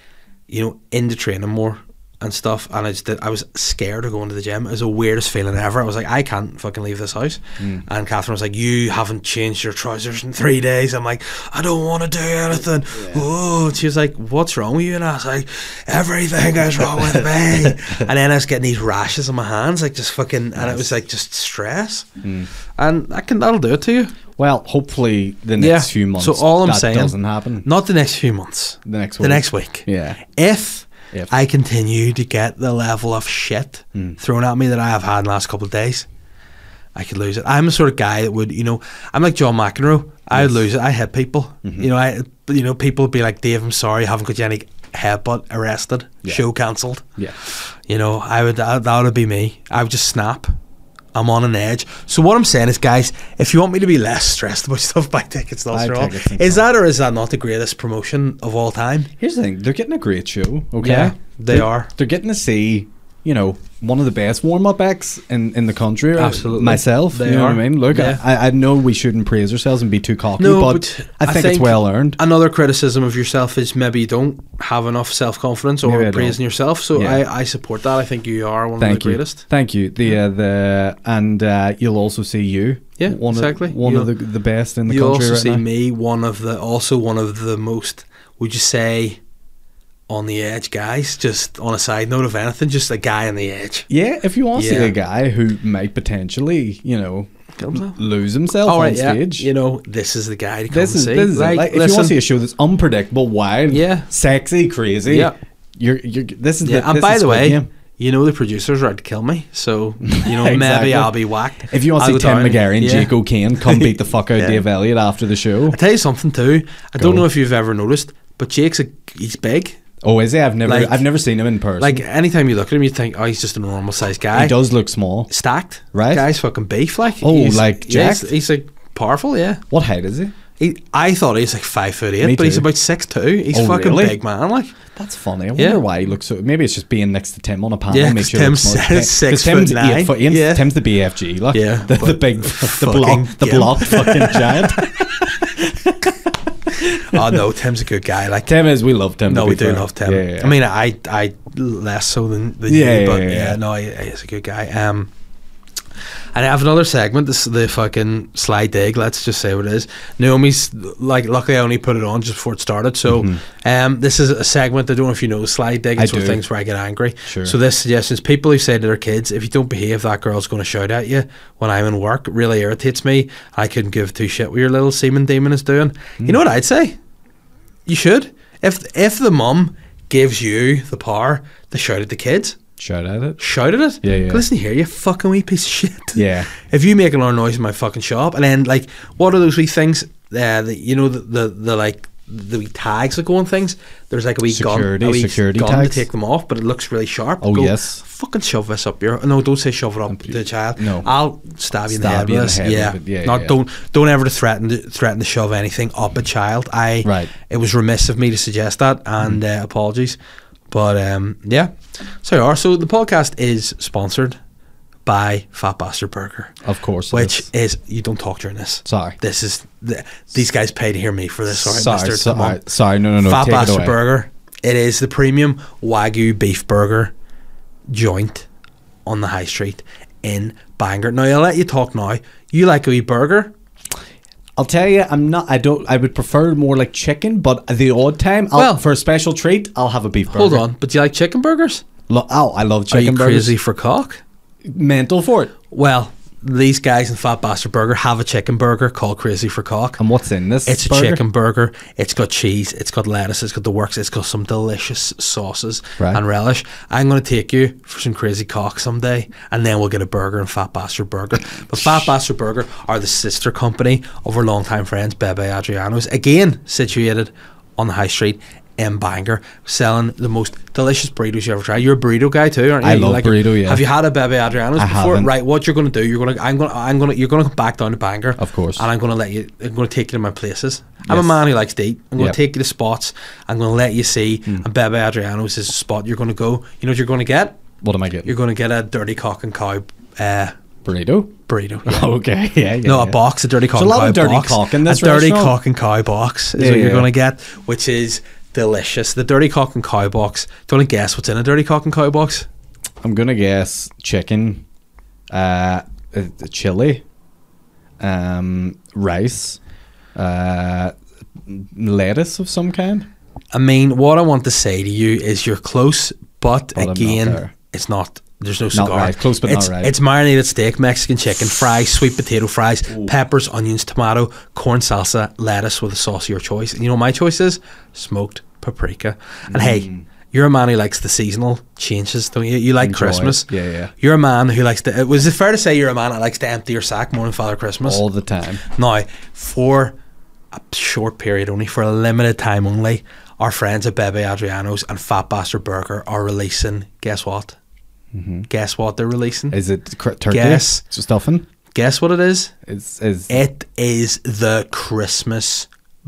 S1: you know, into training more and stuff, and I just did, I was scared of going to the gym. It was the weirdest feeling ever. I was like, I can't fucking leave this house.
S3: Mm.
S1: And Catherine was like, you haven't changed your trousers in three days. I'm like, I don't want to do anything. Oh, and she was like, what's wrong with you? And I was like, everything is wrong with me. and then I was getting these rashes on my hands, like just fucking, and it was like just stress.
S3: Hmm.
S1: And that can that'll do it to you.
S3: Well, hopefully the next
S1: Yeah.
S3: few months.
S1: So all I'm
S3: that
S1: saying
S3: doesn't happen.
S1: Not the next few months.
S3: the next
S1: The next week.
S3: Yeah.
S1: If,
S3: If. Hmm.
S1: I continue to get the level of shit thrown at me that I have had in the last couple of days, I could lose it. I'm the sort of guy that would, you know, I'm like John McEnroe. I would lose it. I hit people.
S3: Mm-hmm.
S1: You know, I, you know, people would be like, Dave, I'm sorry, I haven't got you any headbutt, arrested,
S3: Yeah.
S1: show cancelled.
S3: Yeah.
S1: You know, I would that, that would be me. I would just snap. I'm on an edge. So what I'm saying is, guys, if you want me to be less stressed about stuff, buy tickets. Not
S3: Buy
S1: all.
S3: tickets and
S1: Is that or is that not the greatest promotion of all time?
S3: Here's the thing: they're getting a great show. Okay.
S1: Yeah, they
S3: They're-
S1: are.
S3: They're getting to see, you know, one of the best warm up acts in, in the country. right?
S1: Absolutely.
S3: Myself.
S1: They
S3: you know what
S1: are.
S3: I mean? Look,
S1: Yeah.
S3: I, I know we shouldn't praise ourselves and be too cocky, but, I, think it's well earned.
S1: Another criticism of yourself is maybe you don't have enough self confidence or
S3: Maybe I
S1: praising
S3: don't.
S1: yourself. So
S3: Yeah.
S1: I, I support that. I think you are one of
S3: Thank
S1: the
S3: you.
S1: greatest.
S3: Thank you. The uh, the and uh, you'll also see you.
S1: Yeah,
S3: one
S1: exactly.
S3: Of, one of the,
S1: You'll-
S3: the best in the
S1: You
S3: country
S1: also
S3: right
S1: see
S3: now.
S1: me one of the also one of the most would you say on the edge guys. Just on a side note of anything, just a guy on the edge.
S3: Yeah, if you want to
S1: Yeah.
S3: see a guy who might potentially, you you
S1: Kill
S3: know,
S1: himself?
S3: lose himself
S1: All right,
S3: on
S1: yeah.
S3: stage.
S1: You know, this is the guy to come
S3: this
S1: and
S3: is
S1: see.
S3: this is it.
S1: Like,
S3: like, if you want to
S1: listen,
S3: see a show that's unpredictable, wild,
S1: Yeah.
S3: sexy, crazy,
S1: Yeah.
S3: You're you're this is
S1: yeah.
S3: the,
S1: and
S3: this
S1: by
S3: is
S1: the
S3: Squid
S1: way,
S3: Game.
S1: you know the producers are out to kill me, so you know maybe
S3: Exactly.
S1: I'll be whacked.
S3: if you want to
S1: I'll
S3: see
S1: go
S3: Tim
S1: down.
S3: McGarry and
S1: Yeah.
S3: Jake O'Kane come beat the fuck out
S1: Yeah.
S3: of Dave Elliott after the show,
S1: I tell you something too. I
S3: Go.
S1: don't know if you've ever noticed, but Jake's a, he's big.
S3: oh is he? I've never
S1: Like-
S3: I've never seen him in person.
S1: Like anytime you look at him, you think, oh, he's just a normal sized guy.
S3: he does look small.
S1: Stacked,
S3: Right.
S1: Guy's fucking beef, like.
S3: Oh,
S1: he's,
S3: like
S1: yeah, he's,
S3: jacked?
S1: he's like powerful, yeah.
S3: What height is he?
S1: He, I thought he was like five foot eight,
S3: Me
S1: but he's
S3: too.
S1: about six two. He's
S3: Oh,
S1: fucking
S3: really?
S1: big man, like.
S3: That's funny. I wonder
S1: Yeah.
S3: why he looks so. Maybe it's just being next to Tim on a panel.
S1: Yeah,
S3: makes
S1: 'cause
S3: you look
S1: Tim's
S3: small.
S1: six-
S3: 'Cause
S1: six
S3: Tim's
S1: foot
S3: eight
S1: nine.
S3: foot- Tim's-
S1: Yeah.
S3: Tim's the BFG. Like,
S1: Yeah,
S3: the, the
S1: but
S3: big, the
S1: fucking
S3: block, the
S1: gimp.
S3: block, fucking giant.
S1: Oh no, Tim's a good guy. Like,
S3: Tim is. We love Tim. to
S1: no,
S3: be
S1: we do
S3: fair.
S1: love Tim.
S3: Yeah, yeah, yeah.
S1: I mean, I, I less so than, than
S3: Yeah,
S1: you,
S3: yeah,
S1: but
S3: yeah,
S1: yeah,
S3: yeah.
S1: no, he, he's a good guy. Um, And I have another segment. This is the fucking sly dig. Let's just say what it is. Naomi's like, luckily I only put it on just before it started. So, um, this is a segment. I don't know if you know sly dig.
S3: Mm-hmm. I
S1: It's one of
S3: do.
S1: the things where I get angry.
S3: Sure.
S1: So this suggestion is people who say to their kids, if you don't behave, that girl's going to shout at you. When I'm in work, it really irritates me. I couldn't give two shit what your little semen demon is doing.
S3: Hmm.
S1: You know what I'd say? You should. If if the mum gives you the power to shout at the kids,
S3: Shout at it.
S1: shout at it.
S3: Yeah, yeah.
S1: Listen here, you fucking wee piece of shit.
S3: Yeah.
S1: If you make a lot of noise in my fucking shop, and then like, what are those wee things? Uh, the, you know the, the the like the wee tags that go on things. There's like a wee
S3: Security-
S1: gun, a wee
S3: security
S1: gun
S3: tags?
S1: to take them off, but it looks really sharp.
S3: Oh,
S1: Go,
S3: yes.
S1: Fucking shove this up your. No, don't say shove it up to the child.
S3: No.
S1: I'll stab you in the
S3: Stab
S1: head.
S3: you in
S1: with this.
S3: the head
S1: yeah.
S3: with it. Yeah,
S1: Not
S3: yeah.
S1: don't don't ever threaten to, threaten to shove anything up a child. I
S3: Right.
S1: It was remiss of me to suggest that, and
S3: Mm.
S1: uh, apologies, but um, yeah. So you are. So the podcast is sponsored by Fat Bastard Burger,
S3: Of course. it
S1: which
S3: is.
S1: is you don't talk during this.
S3: Sorry.
S1: This is the, these guys pay to hear me for this. Sorry,
S3: sorry,
S1: Mister. Come
S3: sorry,
S1: on.
S3: sorry, no, no, no.
S1: Fat
S3: take it
S1: Bastard
S3: away.
S1: Burger. It is the premium Wagyu beef burger joint on the high street in Bangor. Now I'll let you talk now. You like a wee burger?
S3: I'll tell you, I'm not. I don't. I would prefer more like chicken, but at the odd time, I'll,
S1: Well-
S3: for a special treat, I'll have a beef burger.
S1: Hold on, but do you like chicken burgers?
S3: Lo- oh, I love
S1: Are
S3: chicken
S1: you
S3: burgers.
S1: crazy for cock?
S3: Mental for it.
S1: Well, these guys in Fat Bastard Burger have a chicken burger called Crazy for Cock.
S3: And what's in this?
S1: It's a
S3: burger?
S1: chicken burger. It's got cheese. It's got lettuce. It's got the works. It's got some delicious sauces
S3: Right.
S1: and relish. I'm going to take you for some crazy cock someday, and then we'll get a burger and Fat Bastard Burger. But Fat Bastard Burger are the sister company of our longtime friends Bebe Adriano's, again situated on the high street in Bangor, selling the most delicious burritos you ever try. You're a burrito guy too, aren't you?
S3: I
S1: You
S3: love
S1: it.
S3: burrito, yeah.
S1: Have you had a Bebe Adriano's
S3: I
S1: before?
S3: haven't.
S1: Right. What you're going to do? You're going to I'm going to I'm going to you're going to come back down to Bangor,
S3: Of course.
S1: and I'm going to let you. I'm going to take you to my places. I'm a
S3: Yes.
S1: man who likes to eat. I'm going
S3: Yep. Hmm.
S1: to take you to spots. I'm going to let you see. And Bebe Adriano's is a spot you're going to go. You know what you're going to get?
S3: What am I getting?
S1: You're going to get a dirty cock and cow uh,
S3: burrito.
S1: burrito.
S3: Okay. Yeah. yeah
S1: No,
S3: yeah.
S1: a box, a dirty cock.
S3: There's a
S1: and
S3: lot
S1: cow
S3: of dirty
S1: box,
S3: cock in this
S1: A dirty
S3: restaurant.
S1: cock and cow box is
S3: Yeah,
S1: what you're
S3: yeah.
S1: going to get, which is delicious. The dirty cock and cow box. Do you want to guess what's in a dirty cock and cow box?
S3: I'm gonna guess chicken, uh, uh, chili, um, rice, uh, lettuce of some kind.
S1: I mean, what I want to say to you is you're close, but,
S3: I'm not
S1: again,
S3: there.
S1: it's not. There's no cigar.
S3: right, close but not
S1: it's,
S3: right.
S1: It's marinated steak, Mexican chicken, fries, sweet potato fries, peppers, onions, tomato, corn salsa, lettuce with a sauce of your choice. And you know what my choice is? Smoked paprika. And hey, you're a man who likes the seasonal changes, don't you? You like
S3: Mm. Enjoy it.
S1: Christmas.
S3: Yeah, yeah.
S1: You're a man who likes to. uh, Was it fair to say you're a man that likes to empty your sack more than Father Christmas?
S3: All the time.
S1: Now, for a short period only, for a limited time only, our friends at Bebe Adriano's and Fat Bastard Burger are releasing. Guess what? Guess what they're releasing?
S3: Is it cr- turkey?
S1: Guess.
S3: Stuffing?
S1: guess what it is?
S3: It's is
S1: It is the Christmas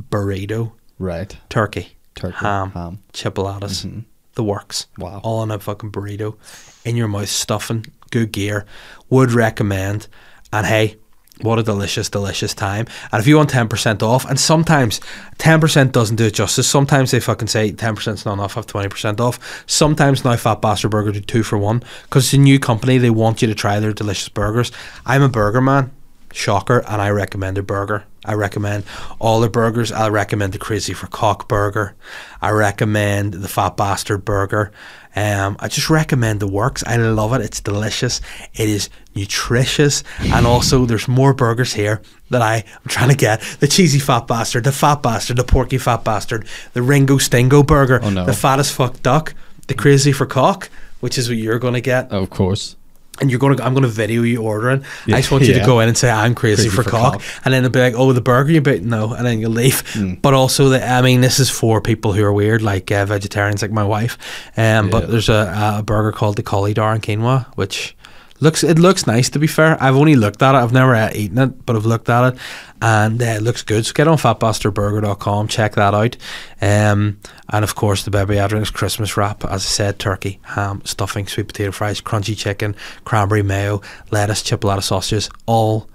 S1: burrito
S3: right.
S1: turkey,
S3: Turkey,
S1: ham,
S3: ham. Mm-hmm.
S1: chipolatas, the works.
S3: Wow.
S1: All in a fucking burrito, in your mouth stuffing, good gear. Would recommend. And hey, what a delicious, delicious time. And if you want 10% off, and sometimes 10% doesn't do it justice. Sometimes they fucking say 10% is not enough, have 20% off. Sometimes now Fat Bastard Burger do two for one because it's a new company. They want you to try their delicious burgers. I'm a burger man. Shocker, and I recommend their burger. I recommend all their burgers. I recommend the Crazy for Cock burger. I recommend the Fat Bastard burger. Um, I just recommend the works. I love it. It's delicious. It is nutritious, and also there's more burgers here that I am trying to get. The cheesy fat bastard, the fat bastard, the porky fat bastard, the Ringo Stingo burger,
S3: Oh, no.
S1: the fat as fuck duck, the Crazy for Cock, which is what you're gonna get
S3: Of course.
S1: and you're gonna I'm gonna video you ordering.
S3: Yeah,
S1: I just want you
S3: yeah.
S1: to go in and say I'm crazy, for, cock. and then they'll be like, oh, the burger you bit no, and then you leave. But also, the, I mean, this is for people who are weird, like uh, vegetarians, like my wife. Um,
S3: Yeah.
S1: but there's a, a burger called the Collie Dar and Quinoa, which looks it looks nice to be fair. I've only looked at it. I've never uh, eaten it, but I've looked at it, and uh, it looks good. So get on fatbusterburger.com, check that out. Um, and of course the Bebe Adrian's Christmas wrap, as I said, turkey, ham, stuffing, sweet potato fries, crunchy chicken, cranberry mayo, lettuce, chipolata sausages, all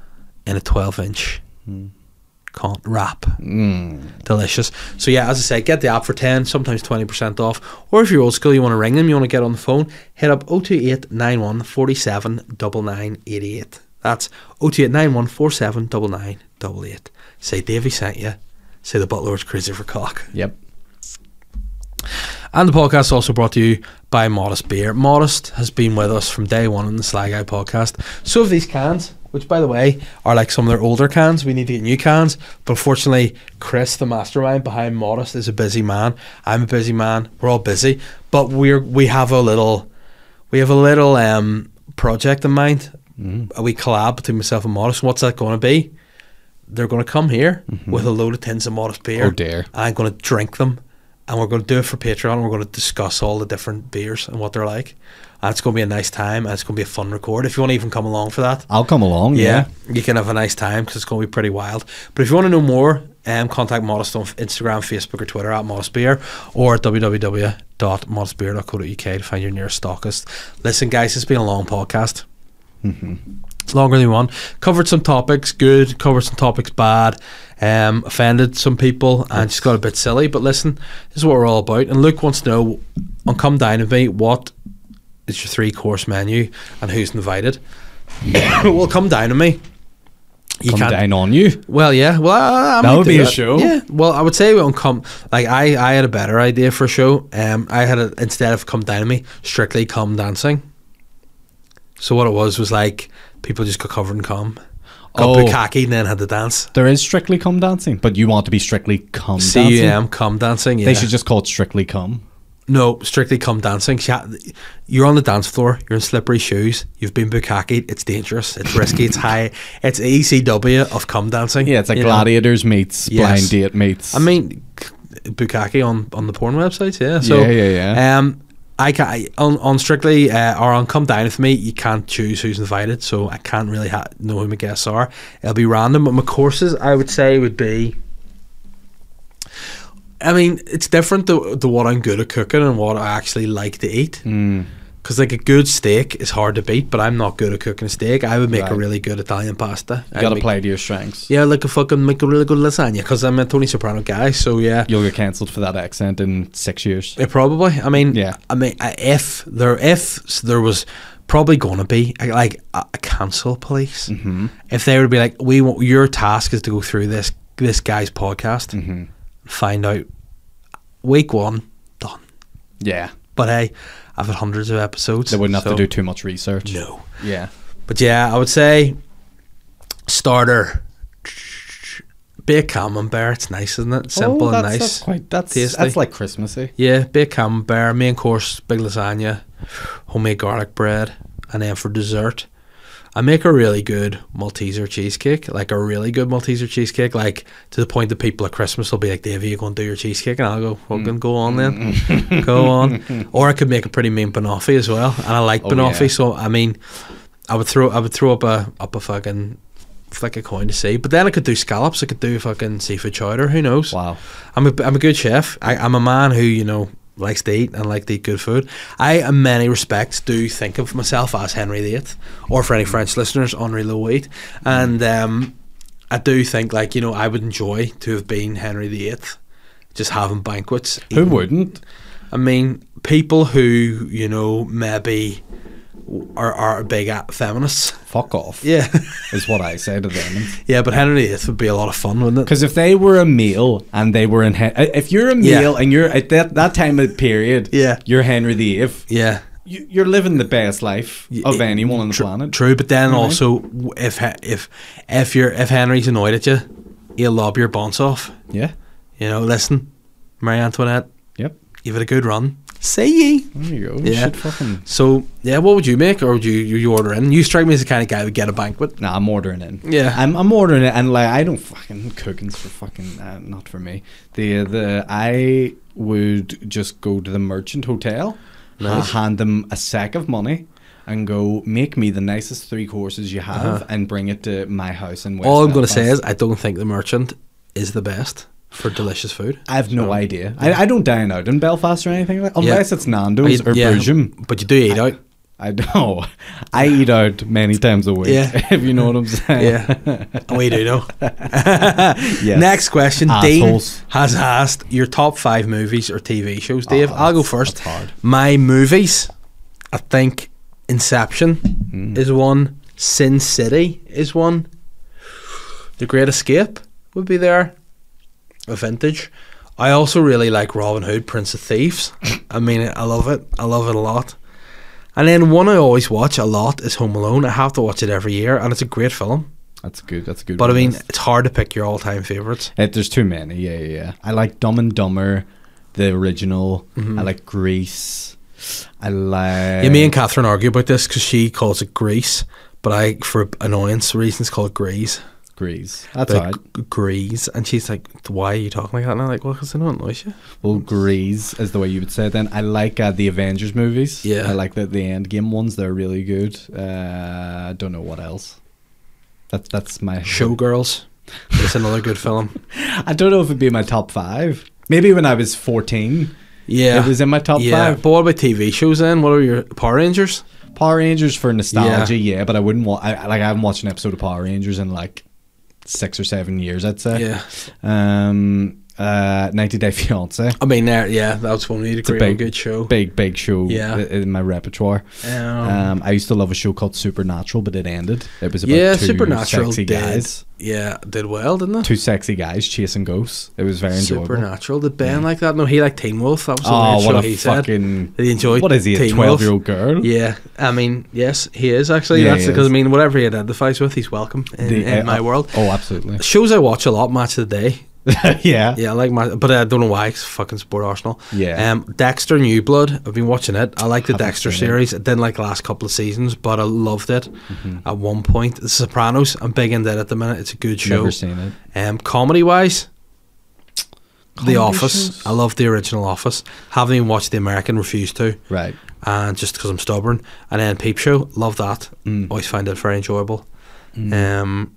S1: in a 12 inch. Can't wrap. Delicious. So yeah, as I said, get the app for ten, sometimes twenty percent off. Or if you're old school, you want to oh ring them, you want to get on the phone, hit up 028 91 47 99 88. That's 02891479988. Say Davey sent you. Say the butler was crazy for cock.
S3: Yep.
S1: And the podcast is also brought to you by Modest Beer. Modest has been with us from day one on the Slag Out podcast. So have these cans, which, by the way, are like some of their older cans. We need to get new cans. But fortunately, Chris, the mastermind behind Modest, is a busy man. I'm a busy man. We're all busy. But we're we have a little we have a little um, project in mind.
S3: Mm.
S1: A wee collab between myself and Modest. What's that going to be? They're going to come here with a load of tins of Modest beer.
S3: Mm-hmm. Oh, dear.
S1: I'm going to drink them, and we're going to do it for Patreon. And we're going to discuss all the different beers and what they're like. And it's going to be a nice time, and it's going to be a fun record. If you want to even come along for that,
S3: I'll come along.
S1: yeah,
S3: Yeah.
S1: you can have a nice time because it's going to be pretty wild. But if you want to know more, um, contact Modest on Instagram, Facebook, or Twitter at Modest Beer or at www.modestbeer.co.uk to find your nearest stockist. Listen, guys, it's been a long podcast. It's longer than one. Covered some topics good, covered some topics bad, um, offended some people, and just got a bit silly. But listen, this is what we're all about. And Luke wants to know on Come Dine with Me, what is your three course menu and who's invited? well, come down to me. You
S3: Come
S1: can't.
S3: down on you.
S1: Well, yeah. Well, I, I
S3: That
S1: might
S3: would
S1: do
S3: be a show.
S1: Yeah. Well, I would say on come like I I had a better idea for a show. Um, I had a, instead of come down to me, strictly come dancing. So what it was was like people just got covered in cum, got
S3: Oh.
S1: bukkake, and then had to dance.
S3: There is strictly cum dancing, but you want to be strictly cum dancing.
S1: cum cum dancing. Yeah.
S3: um, They should just call it strictly cum.
S1: No, strictly cum dancing. She ha- You're on the dance floor. You're in slippery shoes. You've been bukkakeed. It's dangerous. It's risky. it's high. It's ECW of cum dancing.
S3: Yeah, it's like
S1: you know?
S3: gladiators meets
S1: Yes.
S3: blind date meets.
S1: I mean, k- bukkake on on the porn websites. Yeah. So
S3: Yeah, yeah, yeah.
S1: Um, I can I, on on strictly uh, or on come down with me. You can't choose who's invited, so I can't really ha- know who my guests are. It'll be random. But my courses, I would say, would be. I mean, it's different to, to what I'm good at cooking and what I actually like to eat.
S3: Hmm.
S1: Because like a good steak is hard to beat, but I'm not good at cooking a steak. I would make a
S3: Right.
S1: really good Italian pasta.
S3: you gotta
S1: I'd make-
S3: play to your strengths.
S1: yeah, like a fucking make a really good lasagna because I'm a Tony Soprano guy. So yeah,
S3: You'll get cancelled for that accent in six years.
S1: yeah, probably. I mean,
S3: Yeah.
S1: I mean, I- if there if there was probably gonna be a- like a, a cancel police,
S3: Mm-hmm.
S1: if they would be like, we want your task is to go through this this guy's podcast,
S3: Mm-hmm.
S1: find out week one done.
S3: Yeah.
S1: But hey, I've had hundreds of episodes.
S3: They wouldn't have
S1: so
S3: to do too much research.
S1: no.
S3: Yeah.
S1: But yeah, I would say starter. Baked camembert, it's nice, isn't it? Simple and nice.
S3: Oh, That's quite that's
S1: tasty.
S3: that's like Christmassy.
S1: Yeah, baked camembert, main course, big lasagna, homemade garlic bread, and then for dessert, I make a really good Malteser cheesecake, like a really good Malteser cheesecake, like to the point that people at Christmas will be like, Davey, you going to do your cheesecake? And I'll go,
S3: Mm.
S1: fucking go on then, go on. Or I could make a pretty mean banoffee as well, and I like
S3: Oh,
S1: banoffee,
S3: yeah.
S1: so I mean, I would throw, I would throw up a up a fucking flick a coin to see, but then I could do scallops, I could do fucking seafood chowder, who knows?
S3: Wow.
S1: I'm a, I'm a good chef. I, I'm a man who, you know, likes to eat and like to eat good food. I, in many respects, do think of myself as Henry VIII, or for any French listeners, Henri Louis. And um, I do think, like, you know, I would enjoy to have been Henry VIII, just having banquets.
S3: Who
S1: eating.
S3: wouldn't?
S1: I mean, people who, you know, maybe w- are, are big at feminists.
S3: Fuck off.
S1: Yeah.
S3: Is what I say to them.
S1: yeah, but Henry VIII would be a lot of fun, wouldn't it?
S3: Because if they were a meal and they were in, Hen- uh, if you're a
S1: Yeah.
S3: meal and you're at that, that time of period,
S1: Yeah.
S3: you're Henry VIII.
S1: yeah.
S3: You, you're living the best life of
S1: it-
S3: anyone on the
S1: Tr-
S3: planet.
S1: True, but then also w- if he- if if you're if Henry's annoyed at you, he'll lob your bonce off.
S3: Yeah.
S1: You know, listen, Marie Antoinette,
S3: Yep.
S1: give it a good run. Say ye.
S3: There you go.
S1: Yeah.
S3: Shit fucking.
S1: So yeah, what would you make, or would you you, you order in? You strike me as the kind of guy who would get a banquet.
S3: Nah, I'm ordering in.
S1: Yeah.
S3: I'm, I'm ordering it, and like I don't fucking cooking's for fucking uh, not for me. The the I would just go to the merchant hotel, and hand them a sack of money, and go make me the nicest three courses you have, and bring it to my house in West.
S1: Uh-huh. All I'm going to
S3: Belfast.
S1: say is I don't think the merchant is the best for delicious food.
S3: I have no idea. I, I don't dine out in Belfast or anything like unless it's Nando's
S1: But
S3: or
S1: you- yeah,
S3: Boojum.
S1: but you do eat out.
S3: I know. I eat out many times a week.
S1: Yeah.
S3: if you know what I'm saying.
S1: Yeah, we do know.
S3: Yes.
S1: Next question.
S3: Assholes.
S1: Dean has asked your top five movies or TV shows. Dave,
S3: Oh,
S1: I'll go
S3: that's-
S1: first.
S3: that's hard. Hmm.
S1: My movies, I think Inception is one. Sin City is one. The Great Escape would be there. A vintage. I also really like Robin Hood, Prince of Thieves. I mean, I love it. I love it a lot. And then one I always watch a lot is Home Alone. I have to watch it every year, and it's a great film.
S3: That's good. That's a good.
S1: But I mean,
S3: list.
S1: it's hard to pick your all-time favorites.
S3: Eh, there's too many. Yeah, yeah, yeah. I like Dumb and Dumber, the original. I like Grease. I like.
S1: Mm-hmm. Yeah, me and Catherine argue about this because she calls it grease, but I, for annoyance reasons, call it grease.
S3: Grease. That's
S1: Like
S3: right.
S1: g- grease, and she's like, "Why are you talking like that?" And I'm like, "Well, because I don't annoys you."
S3: Well, Grease is the way you would say it. Then I like uh, the Avengers movies.
S1: Yeah.
S3: I like the the End Game ones. They're really good. Uh, I don't know what else. That that's my.
S1: Showgirls, it's another good film.
S3: I don't know if it'd be my top five. Maybe when I was fourteen,
S1: Yeah,
S3: it was in my top
S1: yeah.
S3: five.
S1: But what about TV shows? Then what are your Power Rangers?
S3: Power Rangers for nostalgia, yeah. but I wouldn't want. I, like I haven't watched an episode of Power Rangers in like six or seven years. I'd say.
S1: Yeah,
S3: Um. Uh. Ninety Day Fiance.
S1: I mean, there, yeah, that's one we'd
S3: It's a
S1: agree on.
S3: big,
S1: Good show.
S3: Big, big show.
S1: Yeah.
S3: i- in my repertoire.
S1: Um,
S3: Um, I used to love a show called Supernatural, but it ended. It was about
S1: yeah,
S3: two
S1: Supernatural
S3: sexy
S1: did.
S3: guys,
S1: Yeah, did well, didn't it?
S3: two sexy guys chasing ghosts. It was very enjoyable.
S1: Supernatural did Ben like that? No, he liked Teen Wolf. That was the
S3: Oh,
S1: oh,
S3: what
S1: show
S3: a
S1: he said.
S3: fucking!
S1: He enjoyed
S3: What is he? A
S1: Teen Wolf.
S3: twelve-year-old girl?
S1: Yeah, I mean, yes, he is actually.
S3: Yeah,
S1: That's
S3: he
S1: because
S3: is.
S1: I mean, whatever he identifies with, he's welcome in,
S3: The-
S1: in
S3: uh,
S1: my
S3: uh,
S1: world.
S3: Oh, absolutely.
S1: Shows I watch a lot, Match of the Day.
S3: yeah.
S1: Yeah, I like my, but I don't know why. 'cause I fucking support Arsenal.
S3: Yeah.
S1: Um, Dexter New Blood. I've been watching it. I like the
S3: Haven't
S1: Dexter
S3: seen it.
S1: series. I didn't like the last couple of seasons, but I loved it.
S3: Mm-hmm.
S1: At one point, The Sopranos. I'm big into it at the minute. It's a good show.
S3: Never seen it.
S1: Um, comedy wise,
S3: Comedy
S1: The Office.
S3: shows?
S1: I love the original Office. Haven't even watched the American. Refuse to.
S3: Right.
S1: and just because I'm stubborn. And then Peep Show, love that.
S3: Mm.
S1: Always find it very enjoyable. Um,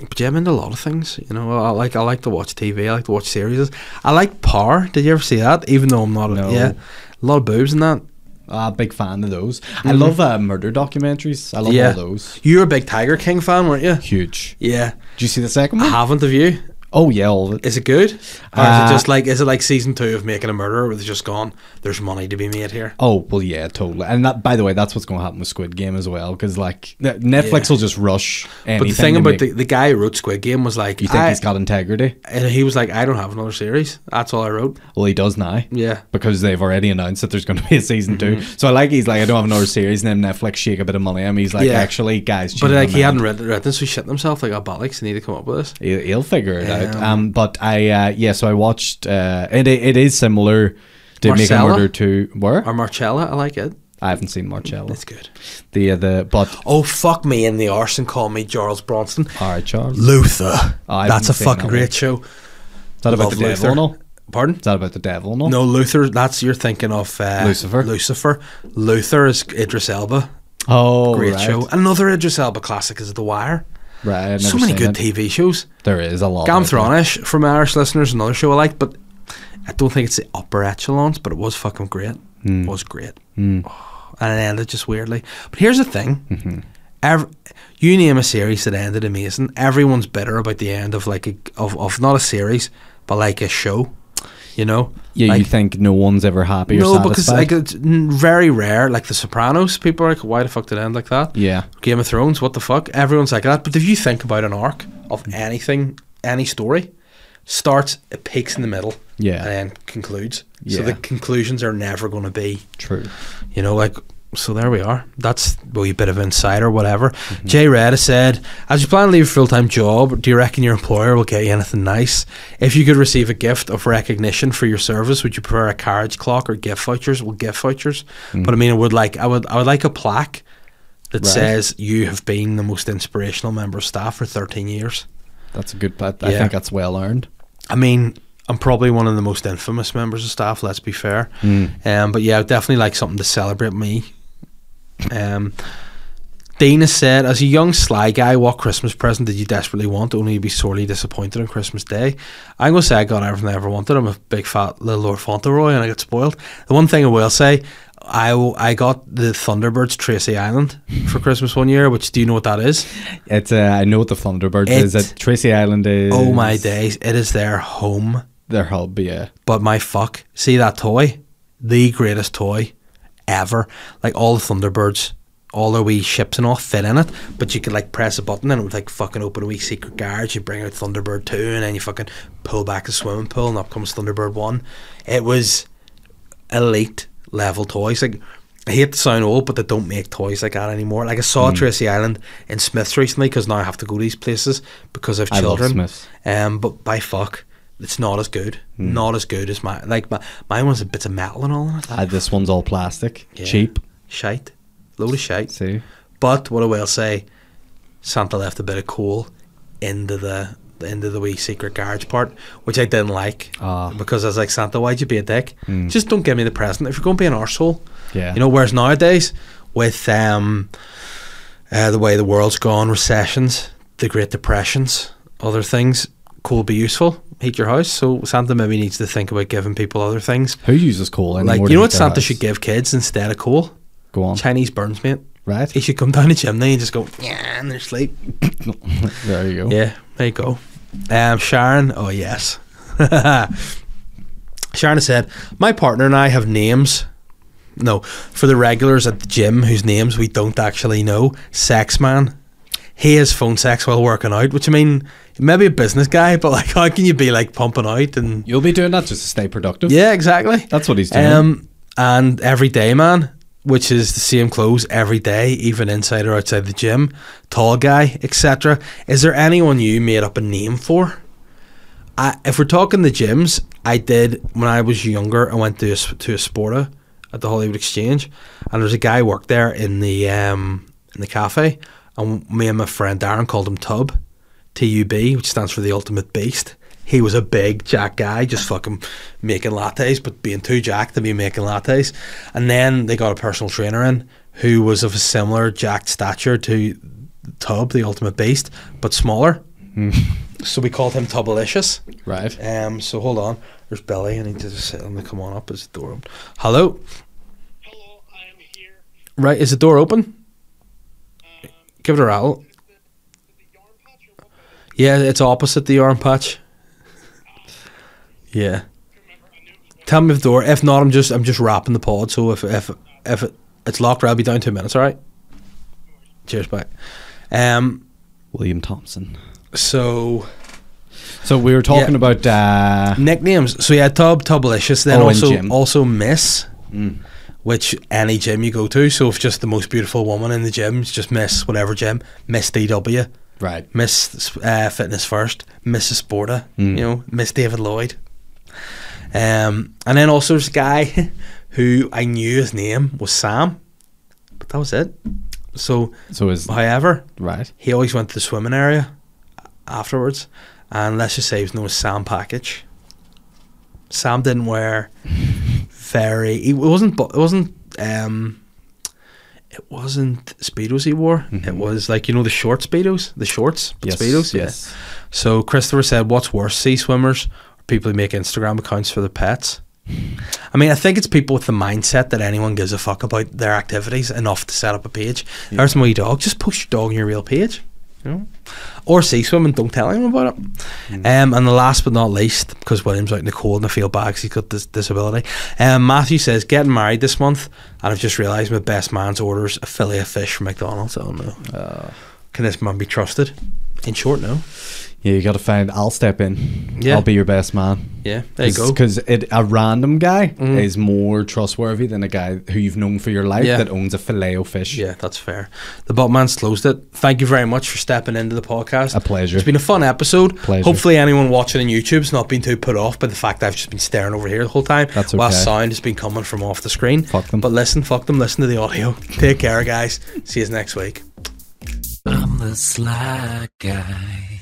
S1: but yeah, I'm into a lot of things. You know, I like I like to watch TV. I like to watch series. I like Par. Did you ever see that? Even though I'm not,
S3: No.
S1: a, yeah, a lot of boobs in that.
S3: Ah, big fan of those. I love uh, murder documentaries. I love
S1: Mm-hmm. yeah,
S3: all those.
S1: You were a big Tiger King fan, weren't you?
S3: Huge.
S1: Yeah,
S3: Do you see the second
S1: I
S3: one?
S1: haven't of you.
S3: Oh yeah, all of it.
S1: Is it good, or
S3: Uh,
S1: is it just like is it like season two of Making a Murderer, where they're just gone? There's money to be made here.
S3: Oh well, yeah, totally. And that, by the way, that's what's going to happen with Squid Game as well, because like N- Netflix
S1: Yeah.
S3: will just rush. Anything
S1: But the thing
S3: to
S1: about
S3: make-
S1: the, the guy who wrote Squid Game was like,
S3: you think
S1: I-
S3: he's got integrity?
S1: and he was like, I don't have another series. That's all I wrote.
S3: Well, he does now.
S1: Yeah. Mm-hmm.
S3: Because they've already announced that there's going to be a season two. So I like he's like, I don't have another series, and then Netflix shake a bit of money. I mean, he's like,
S1: Yeah.
S3: actually, guys,
S1: But
S3: change
S1: like
S3: my
S1: he
S3: mind.
S1: hadn't read, read this, so he shit himself. Like, oh, bollocks, I need to come up with this.
S3: He'll, he'll figure it out.
S1: Um,
S3: Um, but I uh, yeah, so I watched. Uh, it it is similar to
S1: Marcella?
S3: Make a Murder to where
S1: Or Marcella, I like it.
S3: I haven't seen Marcella.
S1: It's good.
S3: The uh, the but
S1: Oh fuck me in the arse and call me Charles Bronson.
S3: all right, Charles. Is
S1: Luther.
S3: Oh, I
S1: that's a
S3: haven't seen
S1: fucking
S3: that
S1: great
S3: one.
S1: show.
S3: that about
S1: Love
S3: the devil?
S1: Luther.
S3: No,
S1: Pardon?
S3: is that about the devil? No,
S1: No, Luther. That's you're thinking of uh,
S3: Lucifer.
S1: Lucifer. Luther is Idris Elba.
S3: Oh,
S1: Great
S3: right.
S1: show. Another Idris Elba classic is The Wire.
S3: Right, I've
S1: So
S3: never
S1: many
S3: seen
S1: good
S3: it.
S1: TV shows.
S3: There is a lot. out there.
S1: Gamthronish from Irish listeners, another show I like, but I don't think it's the upper echelons, but it was fucking great.
S3: Hmm.
S1: It was great. Oh, And it ended just weirdly. But here's the thing.
S3: Mm-hmm.
S1: Ev- you name a series that ended amazing. Everyone's bitter about the end of like a, of, of not a series, but like a show. You know?
S3: Yeah,
S1: like,
S3: you think no one's ever happy or
S1: no,
S3: satisfied?
S1: because like uh, it's n- very rare. Like The Sopranos, people are like, "Why the fuck did it end like that?"
S3: Yeah.
S1: Game of Thrones, what the fuck? Everyone's like that. But if you think about an arc of anything, any story, starts, it peaks in the middle,
S3: Yeah.
S1: and then concludes. So
S3: Yeah.
S1: the conclusions are never going to be,
S3: True.
S1: you know, like. So there we are. That's a wee bit of insight or whatever. Jay Red has said, as you plan to leave a full time job, do you reckon your employer will get you anything nice? If you could receive a gift of recognition for your service, would you prefer a carriage clock or gift vouchers? Well, gift vouchers. But I mean, I would like I would I would like a plaque that
S3: Right.
S1: says you have been the most inspirational member of staff for 13 years.
S3: That's a good. But I
S1: Yeah.
S3: think that's well earned.
S1: I mean, I'm probably one of the most infamous members of staff. Let's be fair.
S3: Mm.
S1: Um, but yeah, I'd definitely like something to celebrate me. Um, Dean has said, as a young sly guy, what Christmas present did you desperately want, only to be sorely disappointed on Christmas Day? I'm gonna say I got everything I ever wanted. I'm a big fat little Lord Fauntleroy, and I got spoiled. The one thing I will say. I, w- I got the Thunderbirds Tracy Island for Christmas one year, which do you know what that is?
S3: It's. Uh, I know what the Thunderbirds
S1: It-
S3: is. That Tracy Island is.
S1: Oh my days, it is their home.
S3: Their hub. Yeah.
S1: But my fuck, see that toy? The greatest toy ever. Like all the Thunderbirds all their wee ships and all fit in it, but you could like press a button and it would like fucking open a wee secret garage. You bring out Thunderbird two, and then you fucking pull back the swimming pool, and up comes Thunderbird one. It was elite level toys. Like I hate to sound old, but they don't make toys like that anymore. Like I
S3: Hmm.
S1: saw Tracy Island in Smiths recently because now I have to go to these places because I've
S3: I love
S1: children.
S3: Smiths.
S1: Um, but by fuck, it's not as good. Not as good as my like my mine was a bit of metal and all that.
S3: Ah, this one's all plastic,
S1: Yeah.
S3: cheap.
S1: Shite, load of shite.
S3: See,
S1: But what I will say, Santa left a bit of coal into the into the wee secret garage part, which I didn't like
S3: Ah.
S1: because I was like, Santa, why'd you be a dick? Just don't give me the present if you're going to be an arsehole.
S3: Yeah.
S1: you know. Whereas nowadays, with um, uh, the way the world's gone, recessions, the Great Depressions, other things, coal be useful. Heat your house. So Santa maybe needs to think about giving people other things.
S3: who uses coal anymore?
S1: Like
S3: to
S1: you know
S3: heat
S1: what
S3: their
S1: Santa
S3: house?
S1: should give kids instead of coal?
S3: Go on,
S1: Chinese burns, mate.
S3: right?
S1: He should come down the chimney and just go, yeah, and they're asleep.
S3: there you go.
S1: Yeah, there you go. Um, Sharon, oh yes. Sharon said, My partner and I have names. No, for the regulars at the gym whose names we don't actually know, Sex Man. He has phone sex while working out, which I mean, maybe a business guy, but like, how can you be like pumping out and
S3: You'll be doing that just to stay productive.
S1: yeah, exactly.
S3: That's what he's doing.
S1: Um, and everyday man, which is the same clothes every day, even inside or outside the gym, tall guy, etc. Is there anyone you made up a name for? I, if we're talking the gyms, I did when I was younger. I went to a, s- to a Sporta at the Hollywood Exchange, and there was a guy worked there in the um, in the cafe, and me and my friend Darren called him Tub, T U B, which stands for the Ultimate Beast. He was a big jack guy, just fucking making lattes, but being too jacked to be making lattes. And then they got a personal trainer in who was of a similar jacked stature to Tub, the Ultimate Beast, but smaller. So we called him Tubalicious.
S3: Hmm. right.
S1: Um, so hold on. There's Billy, and he just sit on the come on up. Is the door open? Hello.
S6: Hello, I am here.
S1: Right, is the door open? Give it a rattle.
S6: The yarn patch or what?
S1: Yeah, it's opposite the arm patch. Yeah.
S6: Remember, I knew it was one.
S1: Tell me if the door. If not, I'm just I'm just wrapping the pod. So if if if it, it's locked, I'll be down two minutes. All right. Cheers, bye. Um.
S3: William Thompson.
S1: So
S3: So we were talking
S1: Yeah.
S3: about uh,
S1: nicknames. So yeah, Tub Tubalicious. Then
S3: Oh, and
S1: also
S3: Jim. Mm.
S1: also Miss, which any gym you go to. So if just the most beautiful woman in the gym, it's just Miss whatever gym, Miss DW.
S3: right.
S1: Miss uh, Fitness First, Mrs. Sporta, you know, Miss David Lloyd. Um, and then also this guy who I knew his name was Sam, but that was it. So,
S3: So is
S1: however,
S3: right.
S1: he always went to the swimming area afterwards, and let's just say he was known as Sam Package. Sam didn't wear very. It wasn't. bu- It wasn't. Um, it wasn't speedos he wore. It was like you know the short speedos, the shorts, but speedos. yeah.
S3: Mm-hmm. Yes.
S1: So Christopher said, "What's worse, sea swimmers or people who make Instagram accounts for their pets?" I mean, I think it's people with the mindset that anyone gives a fuck about their activities enough to set up a page. There's my wee dog. Just post your dog on your real page. You know? Or sea swim and don't tell anyone about it. Um, and the last but not least, because William's out in the cold and I feel bad 'cause he's got this disability. Um, Matthew says, getting married this month, and I've just realised my best man's orders a fillet of fish from McDonald's. Oh no. Can this man be trusted? In short, no.
S3: Yeah, you got to find. I'll step in.
S1: Yeah.
S3: I'll be your best man.
S1: Yeah, there you go. Mm.
S3: Because a random guy is more trustworthy than a guy who you've known for your life
S1: Yeah.
S3: that owns a filet o fish.
S1: Yeah, that's fair. The Botman's closed it. Thank you very much for stepping into the podcast.
S3: A pleasure.
S1: It's been a fun episode.
S3: Pleasure.
S1: Hopefully, anyone watching on YouTube's not been too put off by the fact that I've just been staring over here the whole time.
S3: That's
S1: While
S3: okay.
S1: sound has been coming from off the screen.
S3: Fuck them.
S1: But listen, fuck them. Listen to the audio. Take care, guys. See you next week.
S2: I'm the sly guy.